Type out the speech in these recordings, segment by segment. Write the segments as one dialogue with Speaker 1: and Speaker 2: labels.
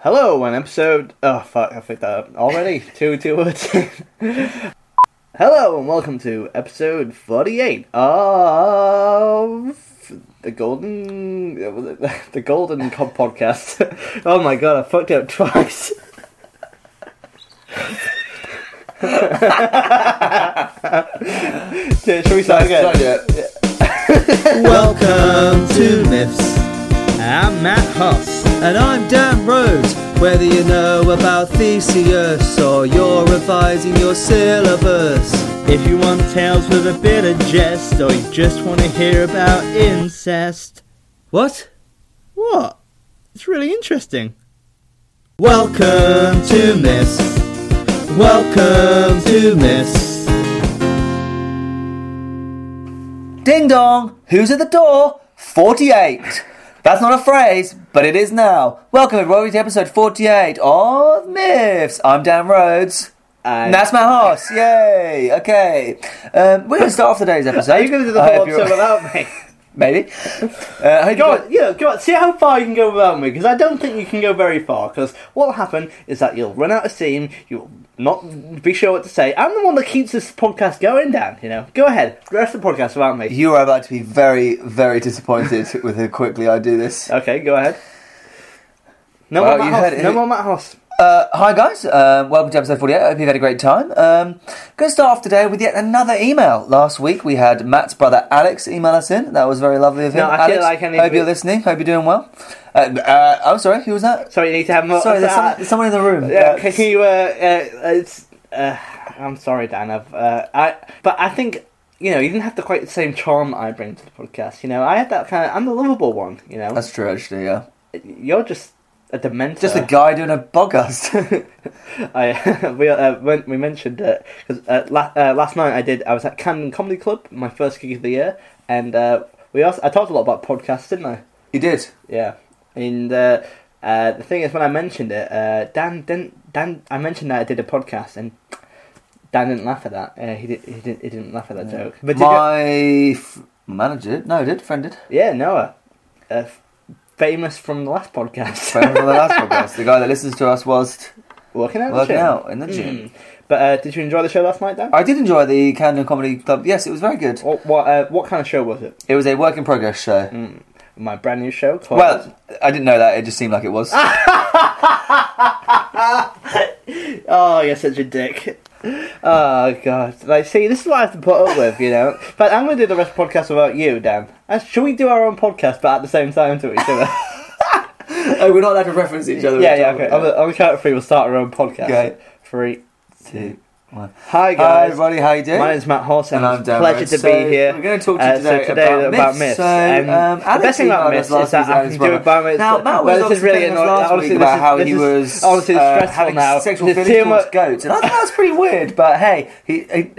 Speaker 1: Hello, an episode. Oh fuck, I picked that up already. two, two words. Hello and welcome to episode forty-eight of the Golden the Golden Cod Podcast. oh my god, I fucked it up twice. Shall we start again?
Speaker 2: Welcome to Myths. I'm Matt Huss. And I'm Dan Rhodes. Whether you know about Theseus or you're revising your syllabus. If you want tales with a bit of jest or you just want to hear about incest. What? What? It's really interesting. Welcome to Myths. Welcome to Myths.
Speaker 3: Ding dong! Who's at the door? 48! That's not a phrase, but it is now. Welcome everybody to episode 48 of Myths. I'm Dan Rhodes. And that's my horse. Yay! Okay. Um, we're going to start off today's episode.
Speaker 1: Are you going to do the
Speaker 3: I
Speaker 1: whole
Speaker 3: hope you're-
Speaker 1: episode without me?
Speaker 3: Maybe. Uh, I hope
Speaker 1: Go
Speaker 3: you got-
Speaker 1: on, yeah, go on. See how far you can go without me, because I don't think you can go very far. Because what'll happen is that you'll run out of steam. You'll not be sure what to say. I'm the one that keeps this podcast going, Dan. You know, go ahead. Rest the podcast without me.
Speaker 3: You are about to be very, very disappointed with how quickly I do this.
Speaker 1: Okay, go ahead. No
Speaker 3: Well,
Speaker 1: more
Speaker 3: you
Speaker 1: Matt
Speaker 3: heard
Speaker 1: Hoss.
Speaker 3: it.
Speaker 1: No more Matt Hoss.
Speaker 3: Uh, hi guys, uh, welcome to episode 48. I hope you've had a great time. Um, going to start off today with yet another email. Last week we had Matt's brother Alex email us in. That was very lovely of him.
Speaker 1: No, I feel
Speaker 3: Alex,
Speaker 1: like I need
Speaker 3: hope
Speaker 1: to-
Speaker 3: you're listening. Hope you're doing well. Uh, uh, I'm sorry, who was that?
Speaker 1: Sorry, you need to have more.
Speaker 3: Sorry, there's, some,
Speaker 1: uh,
Speaker 3: there's someone in the room.
Speaker 1: yeah,
Speaker 3: Uh,
Speaker 1: can can you? Uh, uh, it's. Uh, I'm sorry, Dan. I've. Uh, I. But I think. You know, you didn't have the quite the same charm I bring to the podcast. You know, I have that kind of. I'm the lovable one. You know,
Speaker 3: That's true, actually. Yeah,
Speaker 1: You're just a dementor.
Speaker 3: just a guy doing a podcast.
Speaker 1: I we uh, when we mentioned it because uh, la- uh, last night I did. I was at Camden Comedy Club, my first gig of the year, and uh, we also I talked a lot about podcasts, didn't I?
Speaker 3: you did.
Speaker 1: Yeah. And uh, uh, the thing is, when I mentioned it, uh, Dan didn't. Dan, I mentioned that I did a podcast, and Dan didn't laugh at that. Uh, he did. He didn't. He didn't laugh at that joke. But did you-
Speaker 3: My f- manager, did. no, did friend did.
Speaker 1: yeah, Noah, uh, f- famous from the last podcast,
Speaker 3: Friend from the last podcast. The guy that listens to us was
Speaker 1: working out. the
Speaker 3: working
Speaker 1: gym.
Speaker 3: out in the gym.
Speaker 1: Mm. But uh, did you enjoy the show last night, Dan?
Speaker 3: I did enjoy the Camden Comedy Club. Yes, it was very good.
Speaker 1: What what, uh, what kind of show was it?
Speaker 3: It was a work in progress show.
Speaker 1: Mm. My brand new show. Called...
Speaker 3: Well, I didn't know that. It just seemed like it was.
Speaker 1: Ah! oh, you're such a dick. Oh god! Like, see, this is what I have to put up with, you know. But I'm gonna do the rest of the podcast without you, Dan. Uh, Should we do our own podcast, but at the same time to each other?
Speaker 3: oh, we're not allowed to reference each other.
Speaker 1: yeah, yeah. Okay. On, the, on the count of three, we'll start our own podcast.
Speaker 3: Okay.
Speaker 1: Three.
Speaker 3: Two, one.
Speaker 1: Hi
Speaker 3: Hi,
Speaker 1: guys.
Speaker 3: everybody. How you doing?
Speaker 1: My name's Matt Horse, and,
Speaker 3: And I'm
Speaker 1: it's a
Speaker 3: Dan
Speaker 1: pleasure
Speaker 3: Rhodes.
Speaker 1: to
Speaker 3: So,
Speaker 1: be here.
Speaker 3: we're gonna talk to you
Speaker 1: Uh,
Speaker 3: today
Speaker 1: so today
Speaker 3: about myths.
Speaker 1: myths.
Speaker 3: So,
Speaker 1: And
Speaker 3: um,
Speaker 1: the best
Speaker 3: Alex
Speaker 1: thing about
Speaker 3: emailed
Speaker 1: myths
Speaker 3: us last
Speaker 1: is that
Speaker 3: week
Speaker 1: I
Speaker 3: as
Speaker 1: can do
Speaker 3: well.
Speaker 1: it by myths.
Speaker 3: Now,
Speaker 1: well,
Speaker 3: Matt was
Speaker 1: this is
Speaker 3: obviously
Speaker 1: really
Speaker 3: telling us
Speaker 1: annoying.
Speaker 3: last
Speaker 1: Honestly,
Speaker 3: week
Speaker 1: this
Speaker 3: about
Speaker 1: is-
Speaker 3: how
Speaker 1: this
Speaker 3: he
Speaker 1: is-
Speaker 3: was
Speaker 1: honestly it's
Speaker 3: uh,
Speaker 1: stressful
Speaker 3: having
Speaker 1: now.
Speaker 3: sexual
Speaker 1: There's
Speaker 3: feelings
Speaker 1: too
Speaker 3: towards
Speaker 1: much-
Speaker 3: goats, and I thought that was pretty weird. But hey, he, he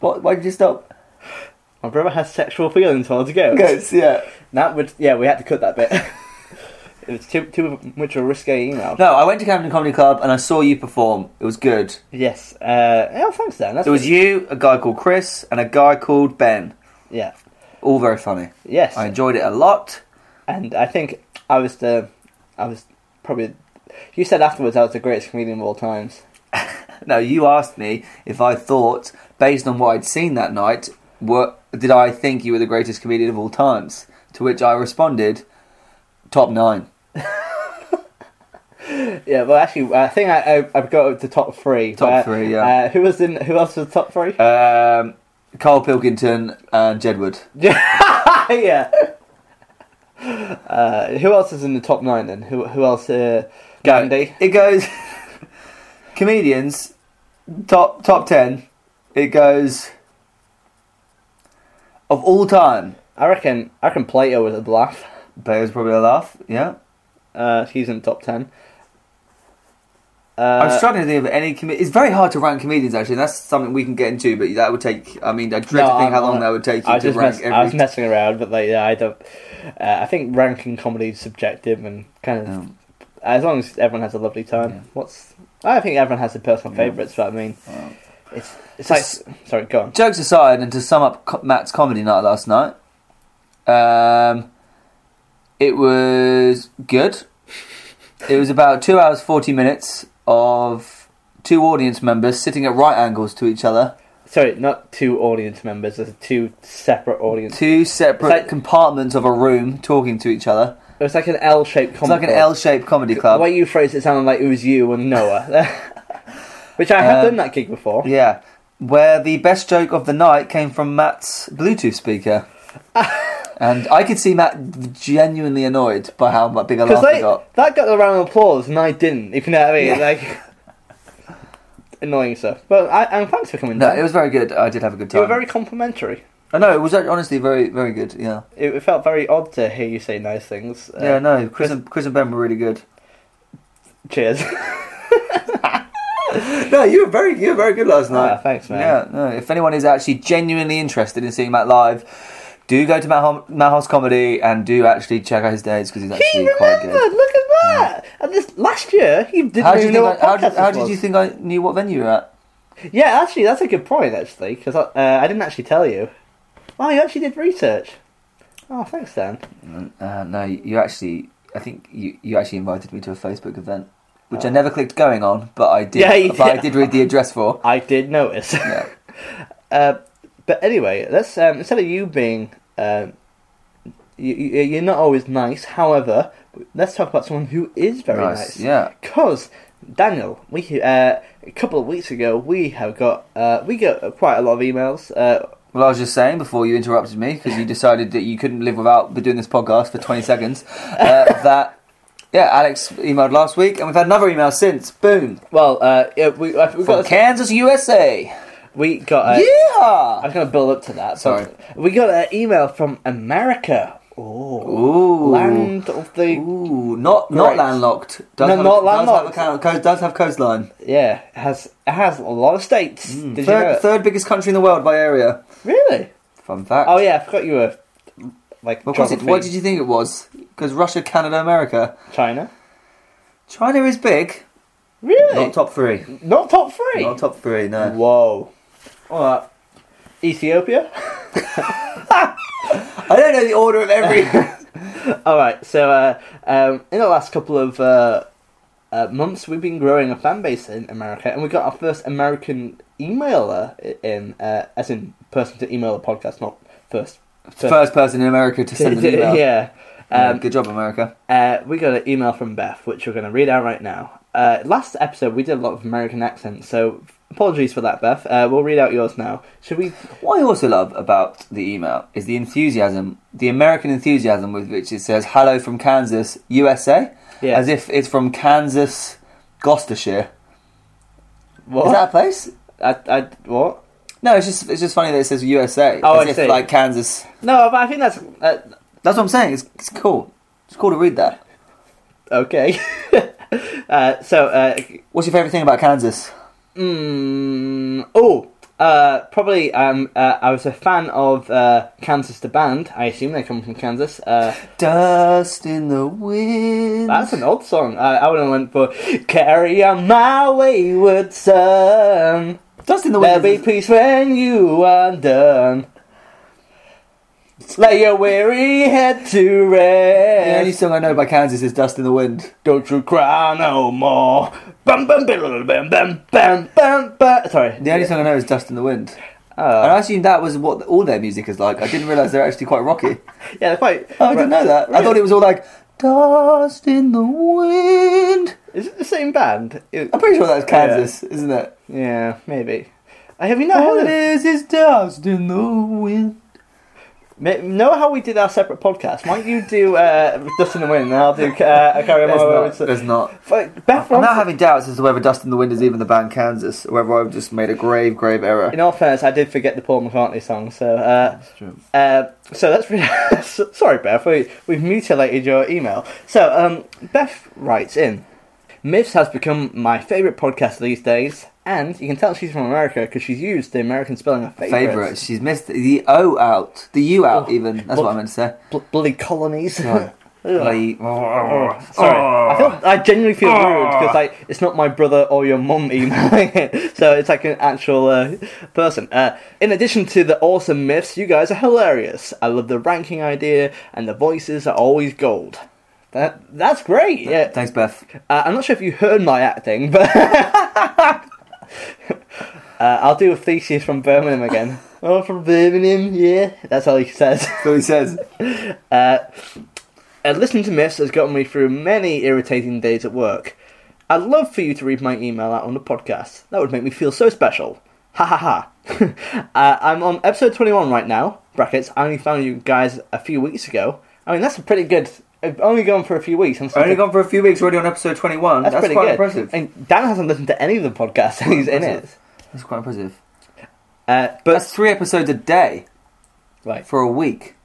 Speaker 3: what? Why did you stop?
Speaker 1: My brother has sexual feelings towards goats.
Speaker 3: Goats, yeah.
Speaker 1: That would yeah, we had to cut that bit. it was too too much of a risque email.
Speaker 3: No, I went to Camden Comedy Club and I saw you perform. It was good.
Speaker 1: Yes. Uh, oh, thanks, Dan. That's
Speaker 3: There was you, a guy called Chris, and a guy called Ben.
Speaker 1: Yeah.
Speaker 3: All very funny.
Speaker 1: Yes.
Speaker 3: I enjoyed it a lot.
Speaker 1: And I think I was the, I was probably. You said afterwards I was the greatest comedian of all times.
Speaker 3: No, you asked me if I thought, based on what I'd seen that night, what did I think you were the greatest comedian of all times? To which I responded, top nine.
Speaker 1: Yeah. Well, actually, I think I, I I've got the top three.
Speaker 3: Top
Speaker 1: but,
Speaker 3: three, yeah.
Speaker 1: Uh, who was in? Who else was top three?
Speaker 3: Um, Carl Pilkington and Jedward.
Speaker 1: yeah. Uh, who else is in the top nine then? Who who else? Uh, Gandhi.
Speaker 3: It goes comedians top top ten. It goes of all time.
Speaker 1: I reckon I reckon Plato was a laugh.
Speaker 3: Plato's probably a laugh. Yeah,
Speaker 1: Uh, he's in the top ten. Uh,
Speaker 3: I'm struggling to think of any. Com- it's very hard to rank comedians actually. That's something we can get into, but that would take. I mean, I dread
Speaker 1: No,
Speaker 3: to think
Speaker 1: I'm
Speaker 3: how long
Speaker 1: not-
Speaker 3: that would take
Speaker 1: I
Speaker 3: you
Speaker 1: was
Speaker 3: to
Speaker 1: just
Speaker 3: rank
Speaker 1: mess- I was
Speaker 3: every.
Speaker 1: messing around, but like yeah, I don't. Uh, I think ranking comedy is subjective and kind of
Speaker 3: Um,
Speaker 1: as long as everyone has a lovely time.
Speaker 3: Yeah.
Speaker 1: What's I think everyone has their personal
Speaker 3: Yeah.
Speaker 1: favourites, but I mean,
Speaker 3: um,
Speaker 1: it's it's
Speaker 3: Just-
Speaker 1: like sorry, go on.
Speaker 3: jokes aside, and to sum up co- Matt's comedy night last night, um, it was good. It was about two hours forty minutes of two audience members sitting at right angles to each other,
Speaker 1: Sorry, not two audience members. There's two separate audience.
Speaker 3: two separate
Speaker 1: It's like-
Speaker 3: compartments of a room talking to each other.
Speaker 1: It's like an L-shaped.
Speaker 3: It's like an L-shaped comedy
Speaker 1: The
Speaker 3: club.
Speaker 1: way you phrased it sounded like it was you and Noah. Which I have
Speaker 3: Um,
Speaker 1: done that gig before.
Speaker 3: Yeah, where the best joke of the night came from Matt's Bluetooth speaker. and I could see Matt genuinely annoyed by how mu- big a laugh
Speaker 1: Because
Speaker 3: he got.
Speaker 1: that got a round of applause and I didn't, if you know what I mean.
Speaker 3: Yeah.
Speaker 1: Like, annoying stuff. But I, and thanks for coming
Speaker 3: No,
Speaker 1: down.
Speaker 3: it was very good. I did have a good
Speaker 1: you
Speaker 3: time.
Speaker 1: were very complimentary.
Speaker 3: I know it was uh, honestly very, very good. Yeah,
Speaker 1: It, it felt very odd to hear you say nice things. Uh,
Speaker 3: yeah. No, Chris and Chris and Ben were really good.
Speaker 1: Cheers.
Speaker 3: No, you were very, you were very good last
Speaker 1: Ah, thanks, man.
Speaker 3: Yeah, no. If anyone is actually genuinely interested in seeing Matt live, do go to Matt, Hom- Matt Hoss Comedy and do actually check out his dates because he's
Speaker 1: he
Speaker 3: actually quite
Speaker 1: remembered!
Speaker 3: good.
Speaker 1: Look at that! And this last year, he didn't
Speaker 3: How did, you
Speaker 1: even
Speaker 3: think
Speaker 1: know
Speaker 3: I,
Speaker 1: what
Speaker 3: how,
Speaker 1: podcast
Speaker 3: did,
Speaker 1: this
Speaker 3: how did
Speaker 1: was.
Speaker 3: you think I knew what venue you were at?
Speaker 1: Yeah, actually, that's a good point, actually, because I, uh, I didn't actually tell you. Oh, you actually did research. Oh, thanks, Dan.
Speaker 3: Uh, no, you actually. I think you, you actually invited me to a Facebook event, which I never clicked going on, but I did.
Speaker 1: Oh. Yeah, you
Speaker 3: but I
Speaker 1: did.
Speaker 3: did read the address for.
Speaker 1: I did notice.
Speaker 3: Yeah.
Speaker 1: Uh, but anyway, let's um, instead of you being um, you, you, you're not always nice. However, let's talk about someone who is very nice.
Speaker 3: Yeah.
Speaker 1: Because Daniel, we uh, a couple of weeks ago we have got uh, we got quite a lot of emails. Uh,
Speaker 3: Well, I was just saying before you interrupted me because you decided that you couldn't live without doing this podcast for 20 seconds. Uh, that yeah, Alex emailed last week, and we've had another email since. Boom
Speaker 1: well, uh, yeah, we uh, we
Speaker 3: from
Speaker 1: got
Speaker 3: Kansas, USA.
Speaker 1: we got. Uh, I
Speaker 3: yeah.
Speaker 1: was going to build up to that. but
Speaker 3: Sorry.
Speaker 1: we got an email from America. Oh,
Speaker 3: Ooh.
Speaker 1: land of the
Speaker 3: Ooh, not
Speaker 1: Great.
Speaker 3: not landlocked. Does
Speaker 1: No,
Speaker 3: have,
Speaker 1: not landlocked.
Speaker 3: Does have, a co- does have coastline.
Speaker 1: yeah it has it has a lot of states.
Speaker 3: Hmm.
Speaker 1: Did you know
Speaker 3: Third,
Speaker 1: it?
Speaker 3: third biggest country in the world by area.
Speaker 1: Really?
Speaker 3: Fun fact.
Speaker 1: Oh yeah, I forgot you were like
Speaker 3: What, was it,
Speaker 1: geography.
Speaker 3: what did you think it was? Because Russia, Canada, America.
Speaker 1: China?
Speaker 3: China is big.
Speaker 1: Really?
Speaker 3: Not top three.
Speaker 1: Not top three.
Speaker 3: Not top three. No.
Speaker 1: Whoa. All right. Ethiopia.
Speaker 3: I don't know the order of every.
Speaker 1: All right. So uh, um, in the last couple of uh, uh, months, we've been growing a fan base in America, and we got our first American emailer i- in, uh, as in person to email a podcast, not first.
Speaker 3: First person in America to send an email.
Speaker 1: yeah.
Speaker 3: Yeah,
Speaker 1: Um,
Speaker 3: good job, America.
Speaker 1: Uh, we got an email from Beth, which we're going to read out right now. Uh, last episode, we did a lot of American accents, so apologies for that, Beth. Uh, we'll read out yours now. Should we?
Speaker 3: What I also love about the email is the enthusiasm, the American enthusiasm with which it says "Hello from Kansas, USA,"
Speaker 1: Yeah.
Speaker 3: as if it's from Kansas, Gloucestershire. Is
Speaker 1: What?
Speaker 3: that a place?
Speaker 1: I, I, what?
Speaker 3: No, it's just it's just funny that it says USA
Speaker 1: Oh,
Speaker 3: as
Speaker 1: I
Speaker 3: if
Speaker 1: see.
Speaker 3: like Kansas.
Speaker 1: No, but I think that's uh,
Speaker 3: That's what I'm saying. It's, it's cool. It's cool to read that.
Speaker 1: okay. uh, so, uh,
Speaker 3: What's your favorite thing about Kansas?
Speaker 1: mm, oh, uh, probably um, uh, I was a fan of uh, Kansas the band. I assume they come from Kansas. Uh,
Speaker 3: Dust in the wind.
Speaker 1: That's an old song. I, I would have went for "Carry on My Wayward Son."
Speaker 3: Dust in the
Speaker 1: There'll
Speaker 3: wind.
Speaker 1: be
Speaker 3: is-
Speaker 1: peace when you are done. Lay your weary head to
Speaker 3: The only
Speaker 1: rest.
Speaker 3: song I know by Kansas is "Dust in the Wind."
Speaker 1: Don't you cry no more. Bam, bam, bam, bam, bam, bam, bam, bam. Sorry.
Speaker 3: The only song I know is "Dust in the Wind."
Speaker 1: Oh.
Speaker 3: And I assume that was what all their music is like. I didn't realise they're actually quite rocky.
Speaker 1: yeah, they're quite.
Speaker 3: Oh, I didn't know that. I thought it was all like dust in the wind.
Speaker 1: Is it the same band? It-
Speaker 3: I'm pretty sure that's Kansas, isn't it?
Speaker 1: yeah, maybe. Uh, Have you not
Speaker 3: All
Speaker 1: heard
Speaker 3: it
Speaker 1: of
Speaker 3: is is dust in the wind.
Speaker 1: Ma- Know how we did our separate podcast? Why don't you do uh, Dust in the Wind and I'll do uh, I Carry On My Wayward Son.
Speaker 3: not.
Speaker 1: Fuck, Beth
Speaker 3: I'm
Speaker 1: Ron-
Speaker 3: now having doubts as to whether Dust in the Wind is even the band Kansas, or whether I've just made a grave, grave error.
Speaker 1: In all fairness, I did forget the Paul McCartney song, so uh, uh, so that's really sorry, Beth. We we've mutilated your email. So um, Beth writes in, "Myths has become my favourite podcast these days, and you can tell she's from America because she's used the American spelling of
Speaker 3: Favorite.
Speaker 1: favourites.
Speaker 3: She's missed the O out, the U out,
Speaker 1: Oh.
Speaker 3: even. That's what I meant to say.
Speaker 1: Bl- bloody colonies." Ugh.
Speaker 3: Bloody-
Speaker 1: Oh,
Speaker 3: oh.
Speaker 1: Sorry, I, feel, I genuinely feel rude because like it's not my brother or your mum emailing it, so it's like an actual uh, person. Uh, in addition to the awesome myths, you guys are hilarious. I love the ranking idea, and the voices are always gold. That, that's great. Yeah.
Speaker 3: Thanks, Beth.
Speaker 1: Uh, I'm not sure if you heard my acting, but uh, I'll do a Theseus from Birmingham again. oh, from Birmingham, yeah. That's all he says.
Speaker 3: So he says.
Speaker 1: Uh, uh, listening to Myths has gotten me through many irritating days at work. I'd love for you to read my email out on the podcast. That would make me feel so special. Ha ha ha. uh, I'm on episode 21 right now. Brackets. I only found you guys a few weeks ago. I mean, that's a pretty good. I've only gone for a few weeks. I'm still
Speaker 3: Only gone for a few weeks. Already on episode twenty-one. That's,
Speaker 1: that's, pretty
Speaker 3: quite
Speaker 1: good.
Speaker 3: impressive.
Speaker 1: And Dan hasn't listened to any of the podcasts and he's in it.
Speaker 3: Impressive. That's quite impressive.
Speaker 1: Uh, but
Speaker 3: That's three episodes a day
Speaker 1: right,
Speaker 3: for a week.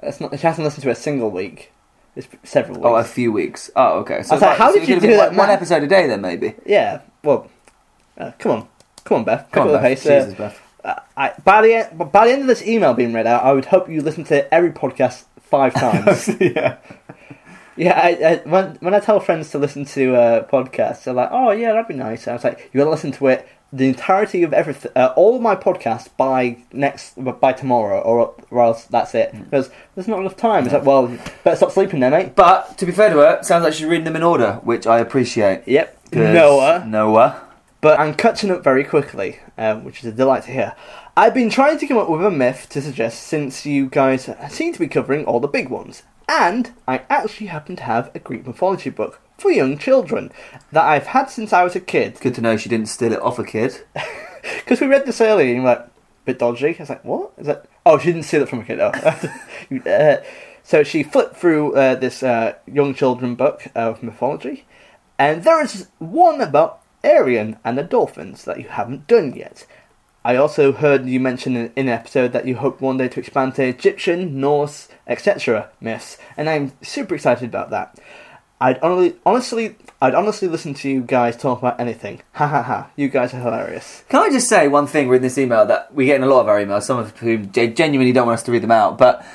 Speaker 1: that's not, he hasn't listened to a single week. It's several weeks.
Speaker 3: Oh, a few weeks. Oh, okay. So
Speaker 1: I was like,
Speaker 3: that-
Speaker 1: how
Speaker 3: so
Speaker 1: did
Speaker 3: it
Speaker 1: you
Speaker 3: could've been
Speaker 1: do
Speaker 3: like
Speaker 1: that,
Speaker 3: One
Speaker 1: man?
Speaker 3: episode a day, then maybe.
Speaker 1: yeah. Well, uh, come on, come on, Beth,
Speaker 3: Come
Speaker 1: pick
Speaker 3: on,
Speaker 1: up the
Speaker 3: Beth.
Speaker 1: pace. uh,
Speaker 3: Jesus, Beth.
Speaker 1: Uh, I, by the end, by the end of this email being read out, I would hope you listen to every podcast five times.
Speaker 3: yeah.
Speaker 1: yeah, I, I, when when I tell friends to listen to uh, podcasts, they're like, "Oh yeah, that'd be nice." And I was like, "You gotta listen to it the entirety of everything, uh, all my podcasts by next by tomorrow, or, or else that's it."
Speaker 3: Hmm.
Speaker 1: Because there's not enough time. It's like, well, better stop sleeping then, mate.
Speaker 3: But to be fair to her, it sounds like she's reading them in order, which I appreciate.
Speaker 1: Yep,
Speaker 3: 'Cause
Speaker 1: Noah.
Speaker 3: Noah.
Speaker 1: but I'm catching up very quickly, um, which is a delight to hear. I've been trying to come up with a myth to suggest since you guys seem to be covering all the big ones, and I actually happen to have a Greek mythology book for young children that I've had since I was a kid.
Speaker 3: Good to know she didn't steal it off a kid.
Speaker 1: Because we read this earlier, and you're like, bit dodgy. I was like, what? Is that? Oh, she didn't see that from a kid. Oh. You- uh, so she flipped through uh, this uh, young children book of mythology, and there is one about Arian and the dolphins that you haven't done yet. I also heard you mention in, in an episode that you hope one day to expand to Egyptian, Norse, etc. myths, and I'm super excited about that. I'd honestly, honestly, I'd honestly listen to you guys talk about anything. Ha ha ha! You guys are hilarious.
Speaker 3: Can I just say one thing in this email that we get in a lot of our emails, some of whom ge- genuinely don't want us to read them out, but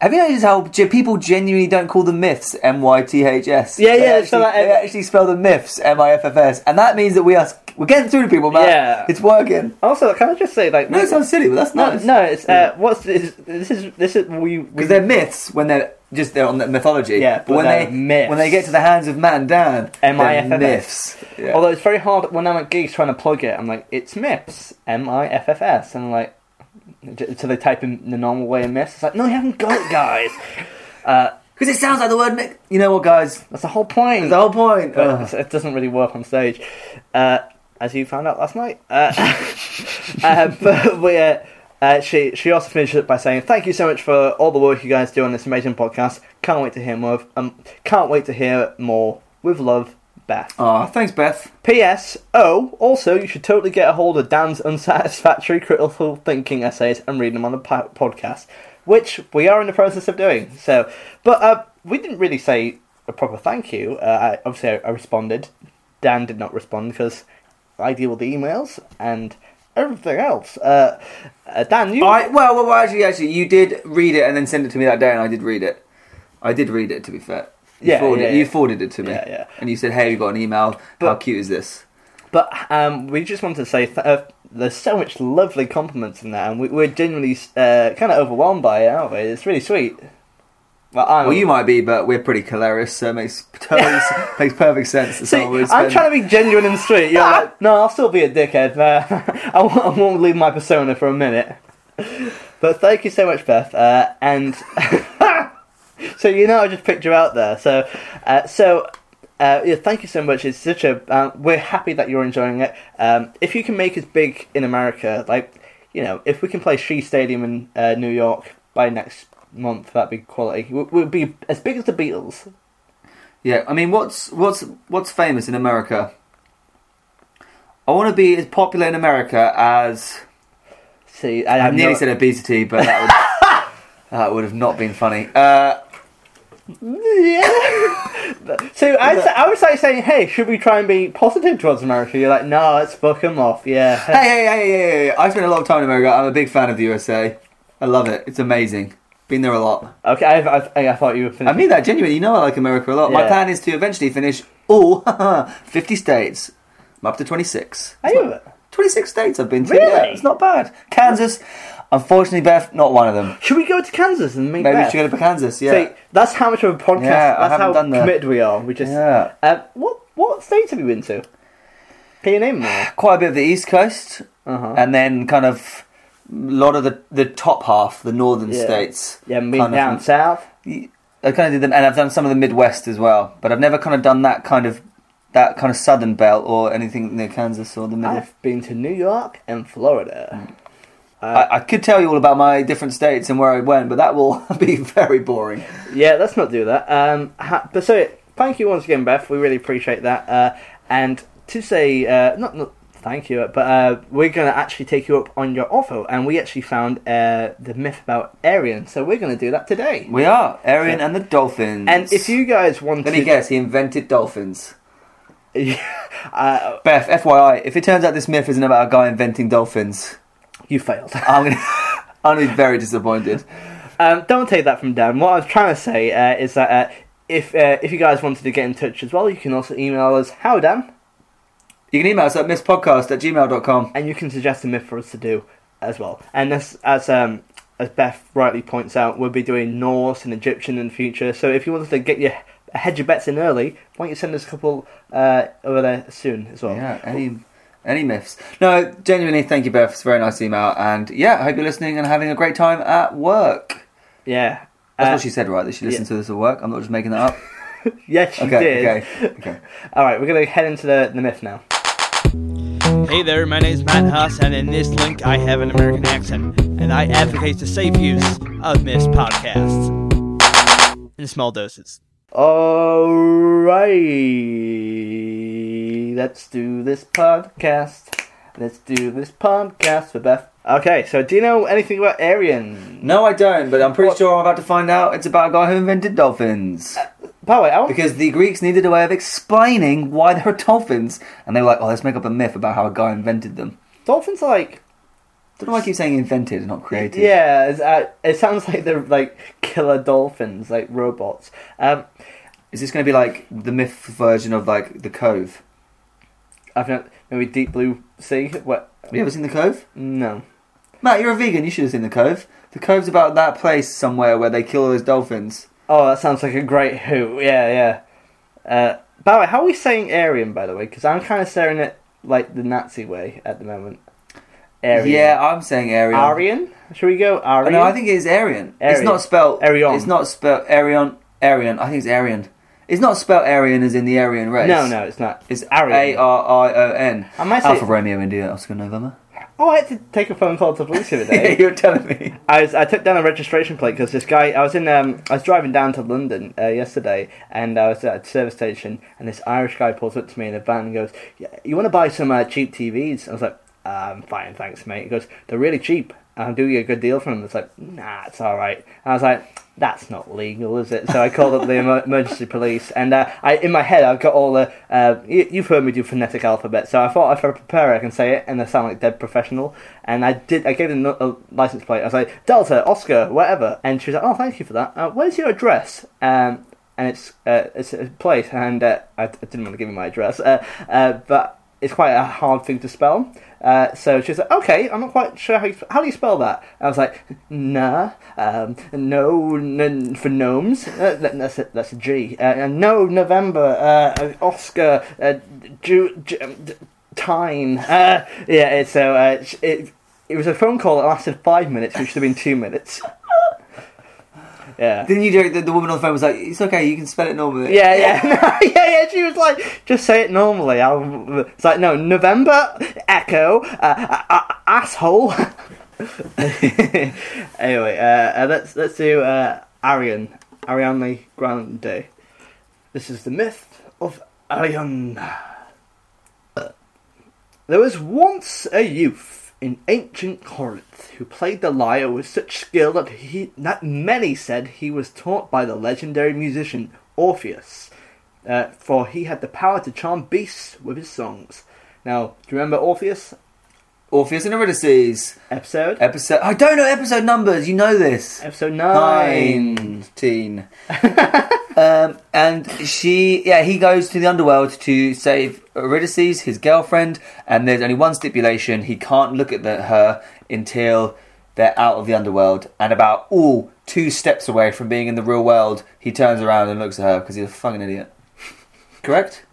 Speaker 3: have you noticed how ge- people genuinely don't call them myths M Y T H S?
Speaker 1: Yeah, yeah,
Speaker 3: They
Speaker 1: it's not
Speaker 3: actually,
Speaker 1: like-
Speaker 3: they actually spell them myths M I F F S, and that means that we are we're getting through to people, man.
Speaker 1: Yeah.
Speaker 3: it's working.
Speaker 1: Also, can I just say like
Speaker 3: No, it sounds silly, but that's
Speaker 1: no,
Speaker 3: nice.
Speaker 1: no, it's uh, what's this? This is this is we we
Speaker 3: because they're myths when they're just they're on the mythology.
Speaker 1: Yeah, but
Speaker 3: when
Speaker 1: they're
Speaker 3: they
Speaker 1: myths.
Speaker 3: when they get to the hands of man Dan, they're
Speaker 1: MIFFS.
Speaker 3: myths. Yeah.
Speaker 1: Although it's very hard when I'm at gigs trying to plug it, I'm like it's MIFS, M I F F S, and I'm like until they type in the normal way of MIFS, it's like no, you haven't got it, guys. uh,
Speaker 3: Because it sounds like the word. mi- You know what, guys?
Speaker 1: that's the whole point.
Speaker 3: The whole point.
Speaker 1: but
Speaker 3: Ugh.
Speaker 1: it's- it doesn't really work on stage, uh, as you found out last night. Uh, uh, but we, uh, uh, she she also finished up by saying, "Thank you so much for all the work you guys do on this amazing podcast. Can't wait to hear more. Of, um, can't wait to hear more. With love, Beth."
Speaker 3: Aw, thanks, Beth.
Speaker 1: P.S. Oh, also, you should totally get a hold of Dan's unsatisfactory critical thinking essays and read them on the po- podcast, which we are in the process of doing. So, but uh, we didn't really say a proper thank you. Uh, I, obviously, I, I responded. Dan did not respond because I deal with the emails and everything else. Uh, uh, Dan, you
Speaker 3: I well, well, well, actually, actually, you did read it and then send it to me that day, and I did read it. I did read it. To be fair, you
Speaker 1: Yeah,
Speaker 3: forwarded,
Speaker 1: yeah,
Speaker 3: you
Speaker 1: yeah.
Speaker 3: forwarded it to me,
Speaker 1: Yeah, yeah.
Speaker 3: and you said, "Hey, we got an email. How
Speaker 1: But-
Speaker 3: cute is this?"
Speaker 1: But um, we just wanted to say th- uh, there's so much lovely compliments in there, and we, we're genuinely uh, kind of overwhelmed by it, aren't we? It's really sweet. Well, I'm,
Speaker 3: Well, you might be, but we're pretty hilarious, so it makes totally, makes perfect sense. that
Speaker 1: See,
Speaker 3: someone would
Speaker 1: I'm
Speaker 3: spend-
Speaker 1: trying to be genuine and sweet. You're like, no, I'll still be a dickhead. Uh, I, won't, I won't leave my persona for a minute. But thank you so much, Beth. Uh, and so you know, I just picked you out there. So, uh, so. Uh, yeah, thank you so much. It's such a. Uh, we're happy that you're enjoying it. Um, if you can make us big in America, like you know, if we can play Shea Stadium in uh, New York by next month, that'd be quality. We- We'll be as big as the Beatles.
Speaker 3: Yeah, I mean, what's what's what's famous in America? I want to be as popular in America as
Speaker 1: See, I,
Speaker 3: I
Speaker 1: I'm
Speaker 3: nearly
Speaker 1: not-
Speaker 3: said obesity, but that would, that would have not been funny. Uh,
Speaker 1: Yeah. so I, was- I was like saying, hey, should we try and be positive towards America? You're like, no, let's fuck them off. Yeah.
Speaker 3: hey, hey, hey, hey, hey, hey! I spent a lot of time in America. I'm a big fan of the USA. I love it. It's amazing. Been there a lot.
Speaker 1: okay, I, I, I thought you were
Speaker 3: I
Speaker 1: finished.
Speaker 3: mean that genuinely. You know, I like America a lot. My
Speaker 1: Yeah.
Speaker 3: plan is to eventually finish all 50 states. I'm up to 26.
Speaker 1: Are you?
Speaker 3: 26 states I've been to.
Speaker 1: Really?
Speaker 3: Yeah, it's not bad. Kansas. Unfortunately, Beth, not one of them.
Speaker 1: Should we go to Kansas and make
Speaker 3: Maybe we
Speaker 1: Beth?
Speaker 3: should go to Kansas. Yeah.
Speaker 1: See, that's how much of a podcast.
Speaker 3: Yeah, I
Speaker 1: that's
Speaker 3: haven't
Speaker 1: how
Speaker 3: done that.
Speaker 1: committed we are. We just.
Speaker 3: Yeah.
Speaker 1: Um, what what states have you been to? Can you name them?
Speaker 3: Quite a bit of the East Coast,
Speaker 1: Uh huh.
Speaker 3: and then kind of a lot of the the top half, the northern
Speaker 1: Yeah.
Speaker 3: states.
Speaker 1: Yeah, and been
Speaker 3: kind of-
Speaker 1: down south.
Speaker 3: I kind of did them, and I've done some of the Midwest as well. But I've never kind of done that kind of that kind of Southern Belt or anything near Kansas or the middle.
Speaker 1: I've been to New York and Florida. Uh,
Speaker 3: I, I could tell you all about my different states and where I went, but that will be very boring.
Speaker 1: yeah, let's not do that. Um, ha- but so, thank you once again, Beth. We really appreciate that. Uh, and to say, uh, not not thank you, but uh, we're going to actually take you up on your offer. And we actually found uh, the myth about Arian, so we're going to do that today.
Speaker 3: We are Arian and the Dolphins.
Speaker 1: And if you guys want
Speaker 3: let
Speaker 1: to,
Speaker 3: me guess, he invented dolphins.
Speaker 1: uh,
Speaker 3: Beth, FYI, if it turns out this myth isn't about a guy inventing dolphins,
Speaker 1: you failed.
Speaker 3: I'm gonna, I'm gonna be very disappointed.
Speaker 1: Um, don't take that from Dan. What I was trying to say uh, is that uh, if uh, if you guys wanted to get in touch as well, you can also email us how Dan,
Speaker 3: You can email us at misspodcast at gmail.com.
Speaker 1: and you can suggest a myth for us to do as well. And as as um, as Beth rightly points out, we'll be doing Norse and Egyptian in the future. So if you wanted to get your hedge your bets in early, why don't you send us a couple uh, over there soon as well?
Speaker 3: Yeah, any any myths? No, genuinely, thank you, Beth. It's a very nice email, and yeah, I hope you're listening and having a great time at work.
Speaker 1: Yeah.
Speaker 3: That's
Speaker 1: Uh,
Speaker 3: what she said, right? That she listens to this at work. I'm not just making that up.
Speaker 1: yes, you did.
Speaker 3: Okay, okay, okay.
Speaker 1: All right, we're gonna head into the, the myth now.
Speaker 2: Hey there, my name's Matt Huss, and in this link I have an American accent, and I advocate the safe use of missed podcasts in small doses.
Speaker 1: All right, let's do this podcast. Let's do this podcast with Beth. Okay, so do you know anything about Arian?
Speaker 3: No, I don't, but I'm pretty
Speaker 1: What- Uh,
Speaker 3: sure I'm about to find out. It's about a guy who invented dolphins.
Speaker 1: By the way, I want
Speaker 3: Because the Greeks needed a way of explaining why there are dolphins, and they were like, "Oh, let's make up a myth about how a guy invented them."
Speaker 1: dolphins are like
Speaker 3: Don't know why I keep saying invented and not created.
Speaker 1: yeah. It's, uh, it sounds like they're like killer dolphins, like robots. Um,
Speaker 3: Is this going to be like the myth version of like the Cove?
Speaker 1: I've not maybe deep blue sea. What?
Speaker 3: Have you ever seen the Cove?
Speaker 1: No.
Speaker 3: Matt, you're a vegan. You should have seen the Cove. The Cove's about that place somewhere where they kill all those dolphins.
Speaker 1: Oh, that sounds like a great who. Yeah, yeah. Uh, by the way, how are we saying Aryan, by the way? Because I'm kind of staring at, like, the Nazi way at the moment. Aryan.
Speaker 3: Yeah, I'm saying Arian.
Speaker 1: Aryan? Should we go
Speaker 3: Oh,
Speaker 1: Aryan?
Speaker 3: No, I think it is Arian. It's
Speaker 1: Arian.
Speaker 3: not spelled
Speaker 1: Arion.
Speaker 3: It's not spelled Arian. Arian. I think it's Arian. It's not spelled Arian as in the Aryan race.
Speaker 1: No, no, it's not.
Speaker 3: It's
Speaker 1: Aryan.
Speaker 3: A R I O N.
Speaker 1: I might say-
Speaker 3: Alpha Romeo India Oscar November.
Speaker 1: Oh, I had to take a phone call to police the other
Speaker 3: Yeah,
Speaker 1: day.
Speaker 3: you're telling me.
Speaker 1: I, was, I took down a registration plate because this guy. I was in. Um, I was driving down to London uh, yesterday, and I was at a service station, and this Irish guy pulls up to me in a van and goes, "Yeah, "You want to buy some uh, cheap TVs?" I was like, "I'm fine, thanks, mate." He goes, "They're really cheap. I'll do you a good deal for them." It's like, "Nah, it's all right." And I was like, "That's not legal, is it?" So I called up the emer- emergency police, and uh, I in my head I've got all the. Uh, you, you've heard me do phonetic alphabet, so I thought if I prepare, I can say it, and I sound like dead professional. And I did. I gave them a a license plate. I was like Delta, Oscar, whatever, and she was like, "Oh, thank you for that. Uh, where's your address?" Um, and it's uh, it's a place, and uh, I, I didn't want to give you my address, uh, uh, but it's quite a hard thing to spell. Uh, so she was like, "Okay, I'm not quite sure how you, how do you spell that." I was like, "Nah, um, no, n- for gnomes. Uh, that- that's a, that's a G. Uh, and no, November, uh, uh, Oscar, uh, Ju- Ju- um, d- time. Uh, yeah, it's, so uh, sh- it it was a phone call that lasted five minutes, which should have been two minutes. yeah.
Speaker 3: Didn't you do the, the woman on the phone was like, "It's okay, you can spell it normally."
Speaker 1: Yeah, yeah, no, yeah, yeah. She was like, just say it normally. I'll, it's like, no, November, echo, uh, uh, uh, asshole. anyway, uh, uh, let's let's do uh, Arian, Ariane Grande. This is the myth of Arian. There was once a youth in ancient Corinth who played the lyre with such skill that he that many said he was taught by the legendary musician Orpheus, uh, for he had the power to charm beasts with his songs. Now, do you remember Orpheus
Speaker 3: Orpheus and Eurydice
Speaker 1: episode?
Speaker 3: episode. I don't know episode numbers. You know this.
Speaker 1: episode nine.
Speaker 3: Nineteen. um, and she, yeah, he goes to the underworld to save Eurydice, his girlfriend, and there's only one stipulation: he can't look at the, her until they're out of the underworld and about all two steps away from being in the real world. He turns around and looks at her because he's a fucking idiot. Correct?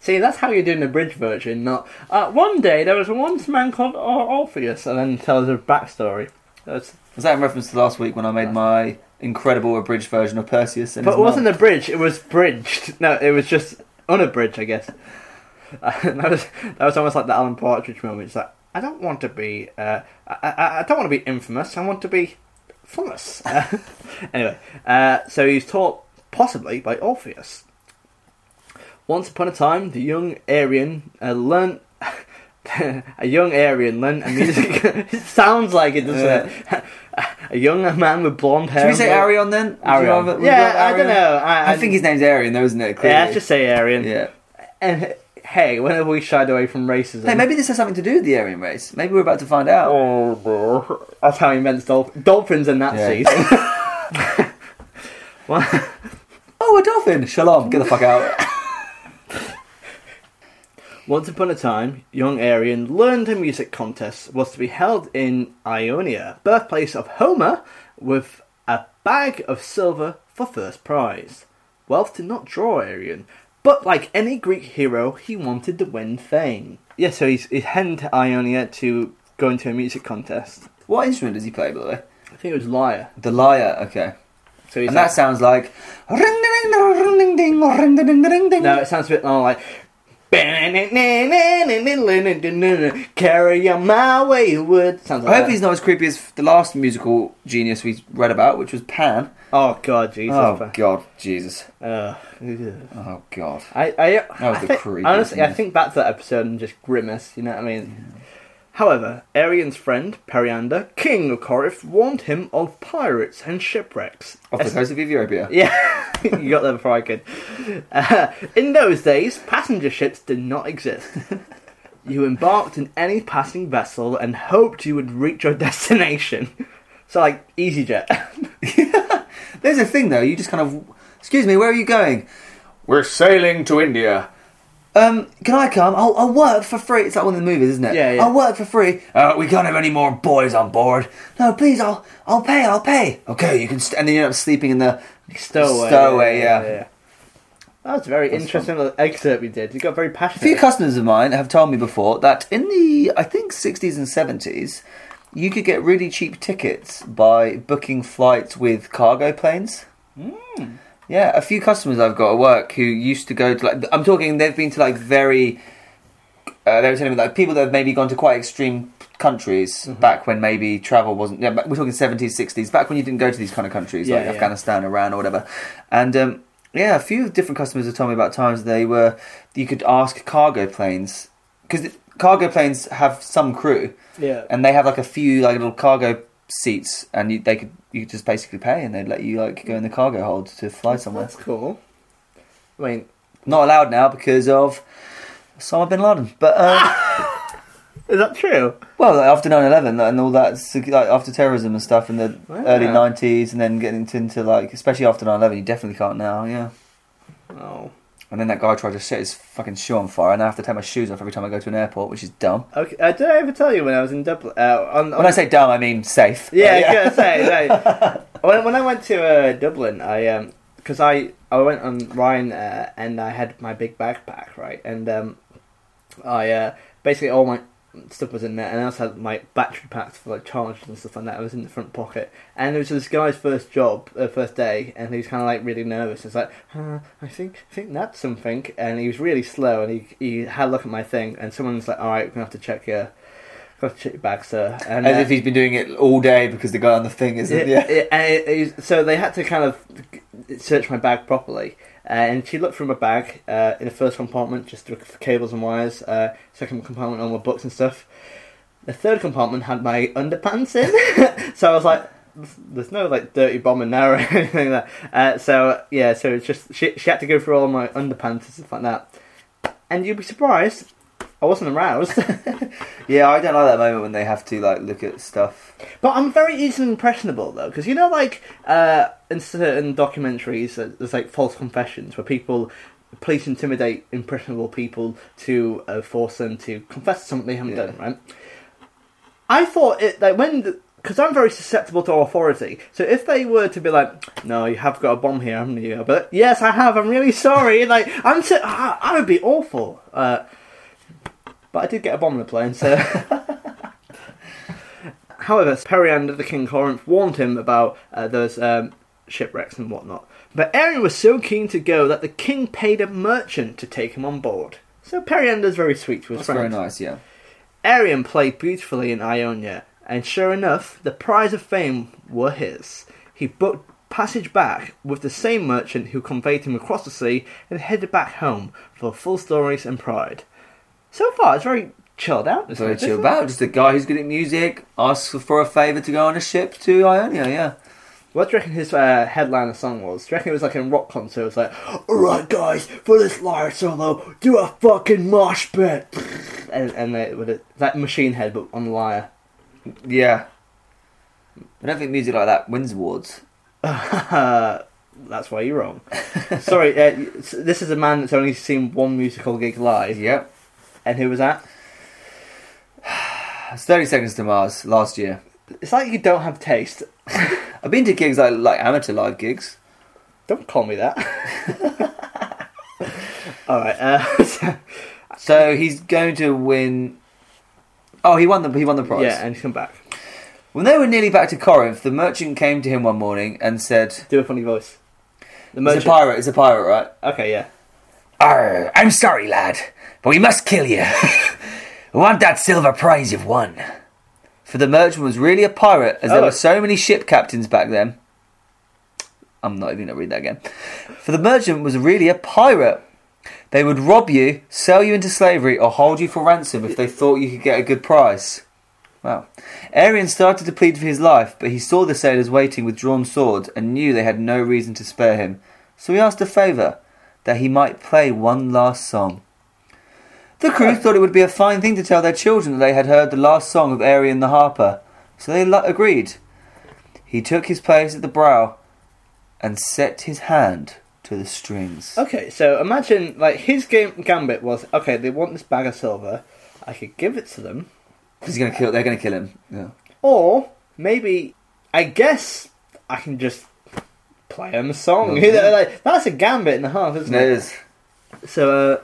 Speaker 1: See, that's how you're doing the bridge version, not uh, one day there was once a man called Or- Orpheus, and then tells a backstory. That's-
Speaker 3: Was that in reference to last week when I made my incredible abridged version of Perseus? And
Speaker 1: but
Speaker 3: his
Speaker 1: it wasn't
Speaker 3: mum?
Speaker 1: a bridge; it was bridged. No, it was just unabridged, I guess. Uh, that was that was almost like the Alan Partridge moment. It's like I don't want to be, uh, I, I, I don't want to be infamous. I want to be famous. Uh, anyway, uh, so he's taught possibly by Orpheus. Once upon a time, the young Aryan uh, learnt. a young Aryan learnt a music. it sounds like it, doesn't it? a young man with blonde hair.
Speaker 3: Should we
Speaker 1: and
Speaker 3: say
Speaker 1: blonde-
Speaker 3: Arion then? Would you
Speaker 1: Arion.
Speaker 3: rather- would you
Speaker 1: Yeah,
Speaker 3: rather
Speaker 1: I don't
Speaker 3: Arion?
Speaker 1: know. I-
Speaker 3: I,
Speaker 1: I-
Speaker 3: think his name's Arion, though, isn't it? Clearly.
Speaker 1: Yeah, let's just say Aryan.
Speaker 3: Yeah.
Speaker 1: And hey, when have we shied away from racism?
Speaker 3: Hey, maybe this has something to do with the Aryan race. Maybe we're about to find out.
Speaker 1: Oh, bro. That's how he meant dolphins. Dolphins and Nazis. Well,
Speaker 3: Oh, a dolphin! Shalom, get the fuck out.
Speaker 1: Once upon a time, young Arian learned a music contest was to be held in Ionia, birthplace of Homer, with a bag of silver for first prize. Wealth did not draw Arian, but like any Greek hero, he wanted to win fame. Yeah, so he's, he's heading to Ionia to go into a music contest.
Speaker 3: what instrument does he play, by the way?
Speaker 1: I think it was lyre.
Speaker 3: The lyre, okay.
Speaker 1: So he's
Speaker 3: and
Speaker 1: like-
Speaker 3: that sounds like. Ring ding ding ring ding ding ring ding ding ding.
Speaker 1: No, it sounds a bit more like. Carry on my wayward. Sounds like
Speaker 3: I hope
Speaker 1: that.
Speaker 3: he's not as creepy as the last musical genius we read about, which was Pan.
Speaker 1: Oh God, Jesus.
Speaker 3: Oh God, Jesus.
Speaker 1: Ugh.
Speaker 3: Oh God.
Speaker 1: I, I, I
Speaker 3: was the
Speaker 1: think-
Speaker 3: creepiest
Speaker 1: honestly, I
Speaker 3: thing.
Speaker 1: think back to that episode and just grimace. You know what I mean? However, Arian's friend Periander, king of Corinth, warned him of pirates and shipwrecks.
Speaker 3: Off the
Speaker 1: Es-
Speaker 3: coast of Ethiopia.
Speaker 1: Yeah, you got there before I could. Uh, in those days, passenger ships did not exist. you embarked in any passing vessel and hoped you would reach your destination. So, like, EasyJet.
Speaker 3: There's a thing though. You just kind of. Excuse me. Where are you going? We're sailing to India. Um, can I come? I'll, I'll work for free. It's like one of the movies, isn't it?
Speaker 1: Yeah, yeah.
Speaker 3: I'll work for free. Uh, we can't have any more boys on board. No, please. I'll I'll pay. I'll pay. Okay, you can. St-. And then you end up sleeping in the
Speaker 1: Stowaway.
Speaker 3: Stowaway, yeah.
Speaker 1: That was a very interesting little excerpt we did. You got very
Speaker 3: A few
Speaker 1: passionate.
Speaker 3: customers of mine have told me before that in the I think 60s and 70s, you could get really cheap tickets by booking flights with cargo planes. Yeah, a few customers I've got at work who used to go to like I'm talking they've been to like very uh, they were telling me like people that have maybe gone to quite extreme countries
Speaker 1: Mm-hmm.
Speaker 3: back when maybe travel wasn't yeah but we're talking 70s 60s back when you didn't go to these kind of countries like
Speaker 1: Yeah, yeah.
Speaker 3: Afghanistan Iran or whatever and um, yeah a few different customers have told me about times they were you could ask cargo planes because cargo planes have some crew
Speaker 1: Yeah.
Speaker 3: and they have like a few like little cargo seats and you, they could you could just basically pay and they'd let you like go in the cargo hold to fly somewhere
Speaker 1: That's cool. I mean,
Speaker 3: not allowed now because of Osama bin Laden but um,
Speaker 1: is that true?
Speaker 3: Well, like, after 9-11 like, and all that, sec- like, after terrorism and stuff in the
Speaker 1: Wow.
Speaker 3: early 90s and then getting into, into, like, especially after 9-11, you definitely can't now, yeah.
Speaker 1: Oh.
Speaker 3: And then that guy tried to set his fucking shoe on fire and I have to take my shoes off every time I go to an airport, which is dumb.
Speaker 1: Okay. Uh, did I ever tell you when I was in Dublin? Uh, on,
Speaker 3: When I say dumb, I mean safe.
Speaker 1: Yeah,
Speaker 3: But,
Speaker 1: I was gonna say. Right. when, when I went to uh, Dublin, I because I I went on Ryanair and I had my big backpack right, and um, I uh, basically all my stuff was in there, and I also had my battery packs for like chargers and stuff like that. It was in the front pocket, and it was this guy's first job, uh, first day, and he was kind of like really nervous. It's like, huh, I think I think that's something, and he was really slow, and he he had a look at my thing, and someone's like, all right, we're gonna have to check your. Got to check your bag, sir. And,
Speaker 3: As
Speaker 1: uh,
Speaker 3: if he's been doing it all day because the guy on the thing isn't, yeah.
Speaker 1: yeah. and it- it was- so they had to kind of search my bag properly. Uh, And she looked through my bag uh, in the first compartment, just to look for cables and wires. Uh, second compartment, all my books and stuff. The third compartment had my underpants in, so I was like, "There's no like dirty bomb in there or anything like that." Uh, so yeah, so it's just she she had to go through all my underpants and stuff like that. And you'd be surprised, I wasn't aroused.
Speaker 3: Yeah, I don't like that moment when they have to, like, look at stuff.
Speaker 1: But I'm very easily impressionable though, because you know, like uh, in certain documentaries, uh, there's like false confessions where people, police intimidate impressionable people to uh, force them to confess something they haven't
Speaker 3: Yeah.
Speaker 1: done. Right? I thought it like when the, because I'm very susceptible to authority. So if they were to be like, "No, you have got a bomb here, haven't you?" But yes, I have. I'm really sorry. Like I'm, so, I, I would be awful. Uh, but I did get a bomb in the plane, so. However, Periander the king of Corinth warned him about uh, those um, shipwrecks and whatnot. But Arian was so keen to go that the king paid a merchant to take him on board. So Periander's very sweet to his
Speaker 3: That's
Speaker 1: friends.
Speaker 3: very nice, yeah.
Speaker 1: Arian played beautifully in Ionia, and sure enough, the prize of fame were his. He booked passage back with the same merchant who conveyed him across the sea and headed back home for full stories and pride. So far, it's very chilled out.
Speaker 3: So
Speaker 1: isn't
Speaker 3: it's
Speaker 1: it?
Speaker 3: about just a guy who's good at music, asks for a favour to go on a ship to Ionia, yeah.
Speaker 1: What do you reckon his uh, headliner song was? Do you reckon it was like a rock concert? It was like, alright guys, for this lyre solo, do a fucking mosh pit! And, and they, with it, that machine head, but on the lyre.
Speaker 3: Yeah. I don't think music like that wins awards.
Speaker 1: That's why you're wrong. Sorry, uh, this is a man that's only seen one musical gig live.
Speaker 3: Yep.
Speaker 1: And who was that?
Speaker 3: It's 30 Seconds to Mars last year.
Speaker 1: It's like you don't have taste.
Speaker 3: I've been to gigs like, like amateur live gigs.
Speaker 1: Don't call me that. Alright, uh, so-
Speaker 3: So he's going to win. Oh, he won the he won the prize.
Speaker 1: yeah, and come back.
Speaker 3: When they were nearly back to Corinth, the merchant came to him one morning and said,
Speaker 1: Do a funny voice. The
Speaker 3: "It's a
Speaker 1: merchant.
Speaker 3: pirate. It's a pirate, right?"
Speaker 1: Okay, yeah.
Speaker 3: Arr, I'm sorry, lad, but we must kill you. we want that silver prize you've won. For the merchant was really a pirate, as there
Speaker 1: Oh.
Speaker 3: were so many ship captains back then. I'm not even going to read that again. For the merchant was really a pirate. They would rob you, sell you into slavery, or hold you for ransom if they thought you could get a good price. Wow. Arian started to plead for his life, but he saw the sailors waiting with drawn swords and knew they had no reason to spare him. So he asked a favour that he might play one last song. The crew thought it would be a fine thing to tell their children that they had heard the last song of Arian the harper, so they lo- agreed. He took his place at the brow and set his hand to the strings.
Speaker 1: Okay, so imagine like his game gambit was okay. They want this bag of silver. I could give it to them,
Speaker 3: He's gonna kill. They're gonna kill him. Yeah.
Speaker 1: or maybe I guess I can just play him a song. You know, like, that's a gambit and a half, isn't
Speaker 3: There
Speaker 1: it?
Speaker 3: Mm-hmm. it is.
Speaker 1: So, uh,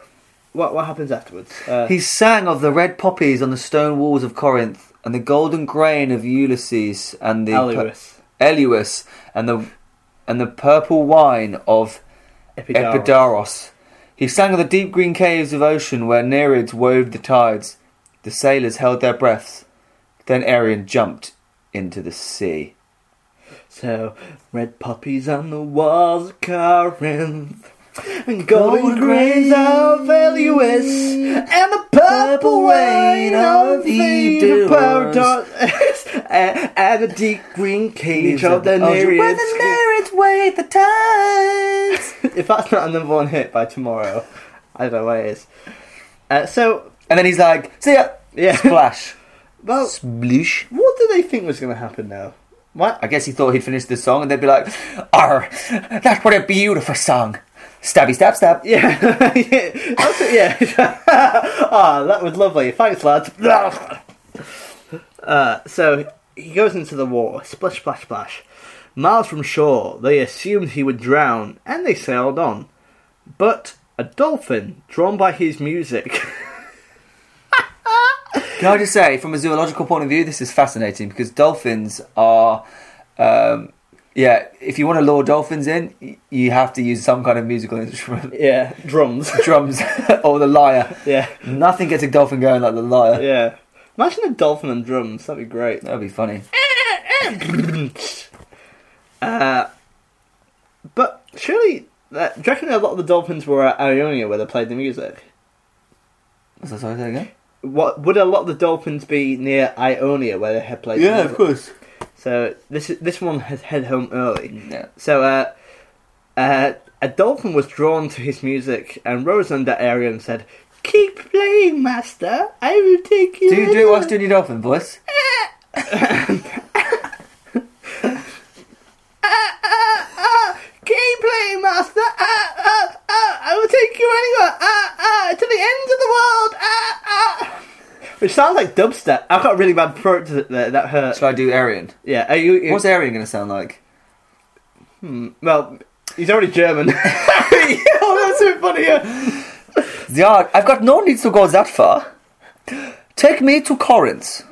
Speaker 1: what what happens afterwards? Uh,
Speaker 3: He sang of the red poppies on the stone walls of Corinth, and the golden grain of Ulysses, and the
Speaker 1: Aluis,
Speaker 3: Eleusis, and the and the purple wine of
Speaker 1: Epidaurus.
Speaker 3: Epidaurus. He sang of the deep green caves of ocean where Nereids wove the tides. The sailors held their breaths. Then Arian jumped into the sea.
Speaker 1: So, red poppies on the walls of Corinth, and golden
Speaker 3: Golden
Speaker 1: grains of Eluus, and the purple
Speaker 3: Purple
Speaker 1: wine
Speaker 3: wine
Speaker 1: of
Speaker 3: of Epidaurus.
Speaker 1: Epidaurus, and and the deep green cage
Speaker 3: Leaves
Speaker 1: of the
Speaker 3: ocean Where
Speaker 1: Nereids.
Speaker 3: the Nereids wave the tides.
Speaker 1: if that's not a number one hit by tomorrow, I don't know what it is. Uh, so,
Speaker 3: and then he's like, see ya.
Speaker 1: Yeah.
Speaker 3: Splash.
Speaker 1: well,
Speaker 3: Sploosh.
Speaker 1: what do they think was going to happen now? What?
Speaker 3: I guess he thought he'd finished the song and they'd be like, Arr, that what a beautiful song. Stabby stab stab.
Speaker 1: Yeah, yeah. That's it, yeah. Ah, that was lovely. Thanks, lads. uh, so he goes into the water. Splash, splash, splash. Miles from shore, they assumed he would drown, and they sailed on. But a dolphin, drawn by his music,
Speaker 3: Can I just say, from a zoological point of view, this is fascinating because dolphins are, um, yeah, if you want to lure dolphins in, y- you have to use some kind of musical instrument,
Speaker 1: yeah, drums,
Speaker 3: drums or the lyre.
Speaker 1: yeah,
Speaker 3: Nothing gets a dolphin going like the lyre.
Speaker 1: yeah. Imagine a dolphin and drums. That'd be great.
Speaker 3: That'd be funny.
Speaker 1: Uh, but surely, that, do you reckon a lot of the dolphins were at Ionia where they played the music?
Speaker 3: Was that sorry, say that again?
Speaker 1: What would a lot of the dolphins be near Ionia where they had played? the music?
Speaker 3: course.
Speaker 1: So this is- this one has head home early.
Speaker 3: Yeah.
Speaker 1: So uh, uh, a dolphin was drawn to his music, and rose under Arian and said, "Keep playing, master. I will take you."
Speaker 3: Do you do it
Speaker 1: anywhere."
Speaker 3: whilst doing your dolphin voice?
Speaker 1: Ah, ah, keep playing, master. Ah, ah, Uh, ah, I will take you anywhere. Ah, ah, to the ends of the world. Ah, ah. Which sounds like dubstep. I've got a really bad throat to- there. That hurt.
Speaker 3: Shall I do Aryan?
Speaker 1: Yeah. Are you, you-
Speaker 3: What's Aryan going to sound like?
Speaker 1: Well, he's already German. oh, that's so funny. Yeah.
Speaker 3: Ziad, I've got no need to go that far. Take me to Corinth.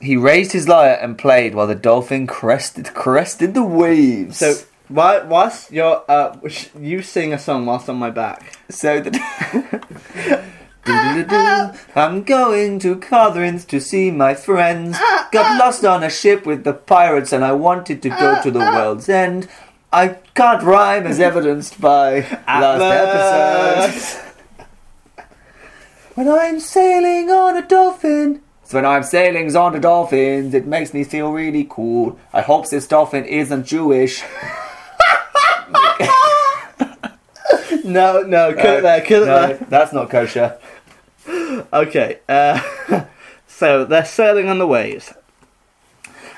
Speaker 3: He raised his lyre and played while the dolphin crested crested the waves.
Speaker 1: So, why, whilst you're, uh, sh- you sing a song whilst on my back.
Speaker 3: so the Doo-doo-doo-doo. I'm going to Corinth to see my friends. Got lost on a ship with the pirates and I wanted to go to the world's end. I can't rhyme as evidenced by last episode. When I'm sailing on a dolphin. So when I'm sailing on the dolphins, it makes me feel really cool. I hope this dolphin isn't Jewish.
Speaker 1: No, no, cut it there, cut it
Speaker 3: Uh, No,
Speaker 1: there.
Speaker 3: that's not kosher.
Speaker 1: Okay, uh, so they're sailing on the waves.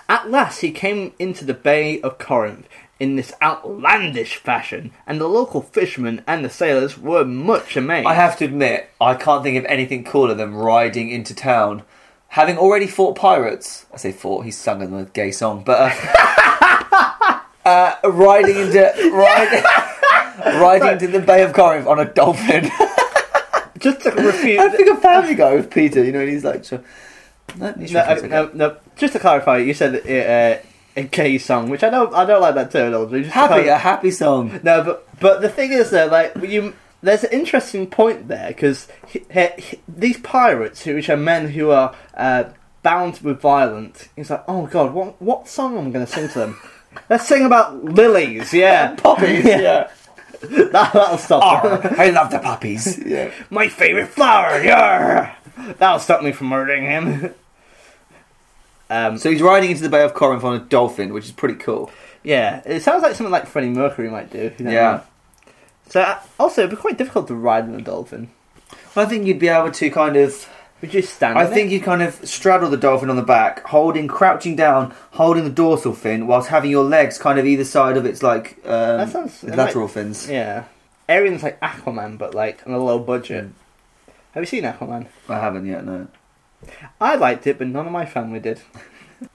Speaker 1: At last, he came into the Bay of Corinth in this outlandish fashion, and the local fishermen and the sailors were much amazed.
Speaker 3: I have to admit, I can't think of anything cooler than riding into town. Having already fought pirates, I say fought, he's sung them a gay song, but uh, uh, riding into riding, riding into the Bay of Corinth on a dolphin.
Speaker 1: Just to
Speaker 3: I
Speaker 1: refute.
Speaker 3: think of Family Guy with Peter, you know, and he's like, sure. No, he's
Speaker 1: No, uh,
Speaker 3: referencing
Speaker 1: no, no, just to clarify, you said uh, a gay song, which I don't, I don't like that terminology. Just to
Speaker 3: Happy,
Speaker 1: clar-
Speaker 3: a happy song.
Speaker 1: No, but but the thing is though, like you, there's an interesting point there because these pirates, who- which are men who are uh, bound with violence, it's like, oh god, what what song am I going to sing to them? Let's sing about lilies, yeah,
Speaker 3: Poppies, yeah.
Speaker 1: that, that'll stop. them.
Speaker 3: Arr, I love the puppies. Yeah.
Speaker 1: My favorite flower, yeah, that'll stop me from murdering him. um,
Speaker 3: So he's riding into the Bay of Corinth on a dolphin, which is pretty cool.
Speaker 1: yeah, it sounds like something like Freddie Mercury might do. you know?
Speaker 3: Yeah.
Speaker 1: So uh, also, it'd be quite difficult to ride on a dolphin.
Speaker 3: I think you'd be able to kind of.
Speaker 1: Would you stand?
Speaker 3: I
Speaker 1: on it?
Speaker 3: think you'd kind of straddle the dolphin on the back, holding, crouching down, holding the dorsal fin, whilst having your legs kind of either side of its like um,
Speaker 1: That sounds- that
Speaker 3: lateral
Speaker 1: might-
Speaker 3: fins.
Speaker 1: Yeah. Arian's like Aquaman, but like on a low budget. Have you seen Aquaman?
Speaker 3: I haven't yet, no.
Speaker 1: I liked it, but none of my family did.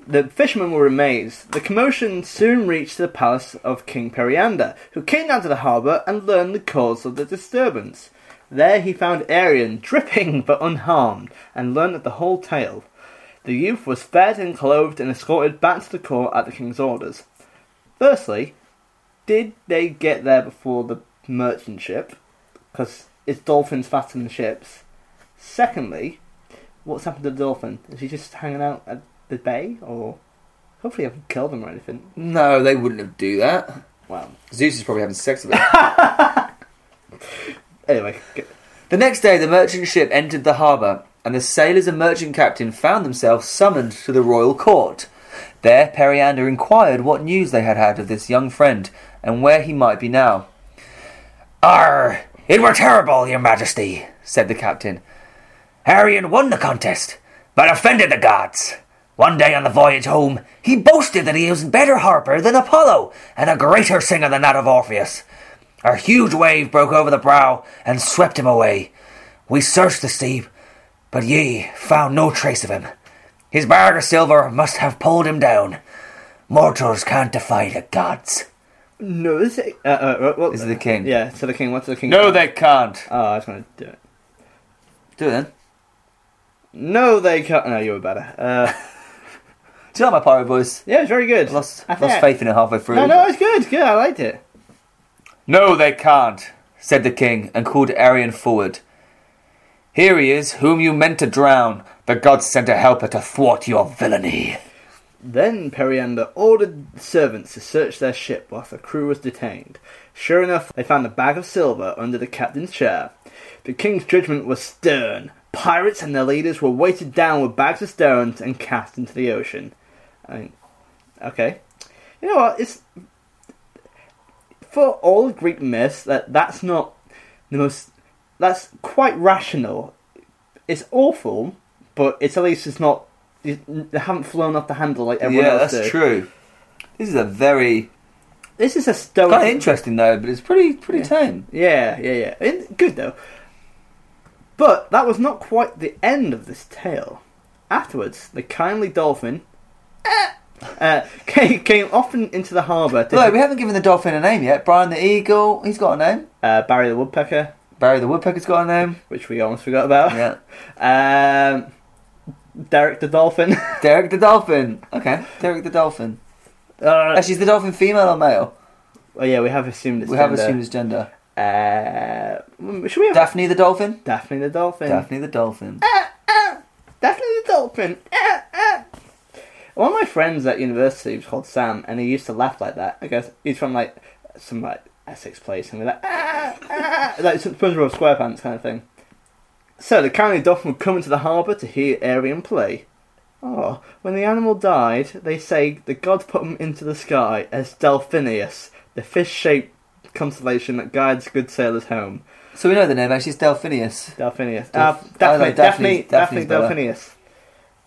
Speaker 1: the fishermen were amazed. The commotion soon reached the palace of King Periander, who came down to the harbour and learned the cause of the disturbance. There he found Arian dripping but unharmed, and learned the whole tale. The youth was fed and clothed and escorted back to the court at the king's orders. Firstly, did they get there before the merchant ship? Because it's dolphins faster than ships. Secondly, what's happened to the dolphin? Is he just hanging out at the bay, or hopefully I haven't killed him or anything?
Speaker 3: No, they wouldn't have do that.
Speaker 1: Wow.
Speaker 3: Zeus is probably having sex with it.
Speaker 1: Anyway, g-
Speaker 3: The next day, the merchant ship entered the harbour, and the sailors and merchant captain found themselves summoned to the royal court. There, Periander inquired what news they had had of this young friend, and where he might be now. Arr! It were terrible, your majesty, said the captain. Arian won the contest, but offended the gods. One day on the voyage home, he boasted that he was a better harper than Apollo and a greater singer than that of Orpheus. A huge wave broke over the brow and swept him away. We searched the sea, but ye found no trace of him. His bag of silver must have pulled him down. Mortals can't defy the gods.
Speaker 1: no, is it? Uh, uh, what,
Speaker 3: Is it the king?
Speaker 1: Yeah, to the king. What's the king?
Speaker 3: they can't.
Speaker 1: Oh, I was gonna do it.
Speaker 3: Do it then.
Speaker 1: No, they can't. No, you were better. Uh,
Speaker 3: Do you like my pirate voice?
Speaker 1: yeah, it's very good.
Speaker 3: I lost,
Speaker 1: I think
Speaker 3: lost
Speaker 1: I-
Speaker 3: faith in it halfway through.
Speaker 1: No, no, it's good. Good, I liked it.
Speaker 3: No, they can't, said the king, and called Arian forward. Here he is, whom you meant to drown. The gods sent a helper to thwart your villainy.
Speaker 1: Then Periander ordered servants to search their ship whilst the crew was detained. Sure enough, they found a bag of silver under the captain's chair. The king's judgment was stern. Pirates and their leaders were weighted down with bags of stones and cast into the ocean. I mean, okay. You know what? It's for all Greek myths that that's not the most. That's quite rational. It's awful, but it's at least it's not. They haven't flown off the handle like everyone
Speaker 3: yeah,
Speaker 1: else
Speaker 3: that's
Speaker 1: did.
Speaker 3: true. This is a very
Speaker 1: This is a stoic.
Speaker 3: kind of interesting though, but it's pretty pretty tame.
Speaker 1: Yeah, yeah, yeah. And good though. But that was not quite the end of this tale. Afterwards, the kindly dolphin uh, came, came often into the harbour to
Speaker 3: By the way, we haven't given the dolphin a name yet. Brian the eagle, he's got a name.
Speaker 1: uh, Barry the woodpecker,
Speaker 3: Barry the woodpecker's got a name.
Speaker 1: which we almost forgot about.
Speaker 3: Yeah.
Speaker 1: Um, Derek the dolphin.
Speaker 3: Derek the dolphin. Okay, Derek the dolphin.
Speaker 1: Uh,
Speaker 3: Actually, is the dolphin female or male?
Speaker 1: oh yeah, we have assumed it's
Speaker 3: we have
Speaker 1: gender.
Speaker 3: assumed his gender.
Speaker 1: Uh, should we have
Speaker 3: Daphne the dolphin.
Speaker 1: Daphne the dolphin?
Speaker 3: Daphne the dolphin.
Speaker 1: Daphne the dolphin. Ah, ah. One of my friends at university was called Sam, and he used to laugh like that. I guess he's from like some like Essex place, and we're like, ah, ah, like some SpongeBob SquarePants kind of thing. So the kindly dolphin would come into the harbour to hear Arian play. Oh, when the animal died, they say the gods put him into the sky as Delphinius, the fish-shaped constellation that guides good sailors home.
Speaker 3: So we know the name. Actually, it's Delphinius.
Speaker 1: Delphinius.
Speaker 3: Del-
Speaker 1: Uh, Daphne,
Speaker 3: oh, no,
Speaker 1: Daphne,
Speaker 3: Daphne's-
Speaker 1: Daphne,
Speaker 3: Daphne's brother.
Speaker 1: Delphinius.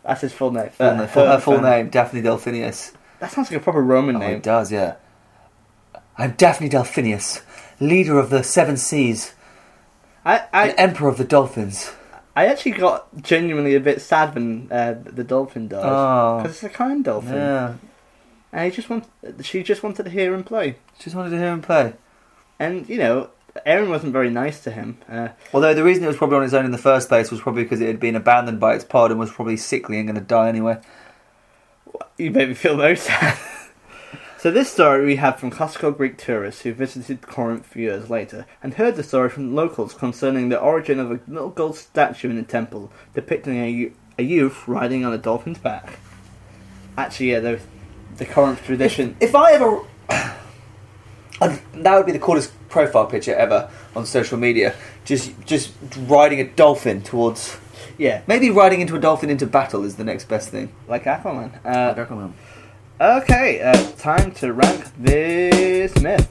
Speaker 1: That's his full name.
Speaker 3: Full
Speaker 1: Uh,
Speaker 3: name- her full
Speaker 1: fam-
Speaker 3: name, Daphne Delphinius.
Speaker 1: That sounds like a proper Roman
Speaker 3: Oh,
Speaker 1: name.
Speaker 3: it does, yeah. I'm Daphne Delphinius, leader of the Seven Seas
Speaker 1: I,
Speaker 3: and
Speaker 1: I,
Speaker 3: emperor of the dolphins.
Speaker 1: I actually got genuinely a bit sad when uh, the dolphin died.
Speaker 3: Oh.
Speaker 1: Because it's a kind dolphin.
Speaker 3: Yeah.
Speaker 1: And he just want, she just wanted to hear him play.
Speaker 3: Just wanted to hear him play.
Speaker 1: And, you know, Aaron wasn't very nice to him. Uh,
Speaker 3: Although the reason it was probably on its own in the first place was probably because it had been abandoned by its pod and was probably sickly and going to die anyway.
Speaker 1: You made me feel very sad. so this story we have from classical Greek tourists who visited Corinth years later and heard the story from locals concerning the origin of a little gold statue in a temple depicting a, a youth riding on a dolphin's back. Actually, yeah, the, the Corinth tradition.
Speaker 3: If I ever. I'd- that would be the coolest profile picture ever on social media. Just, just riding a dolphin towards.
Speaker 1: Yeah,
Speaker 3: Maybe riding into a dolphin into battle is the next best thing.
Speaker 1: like Aquaman. Uh, okay, uh, time to rank this myth.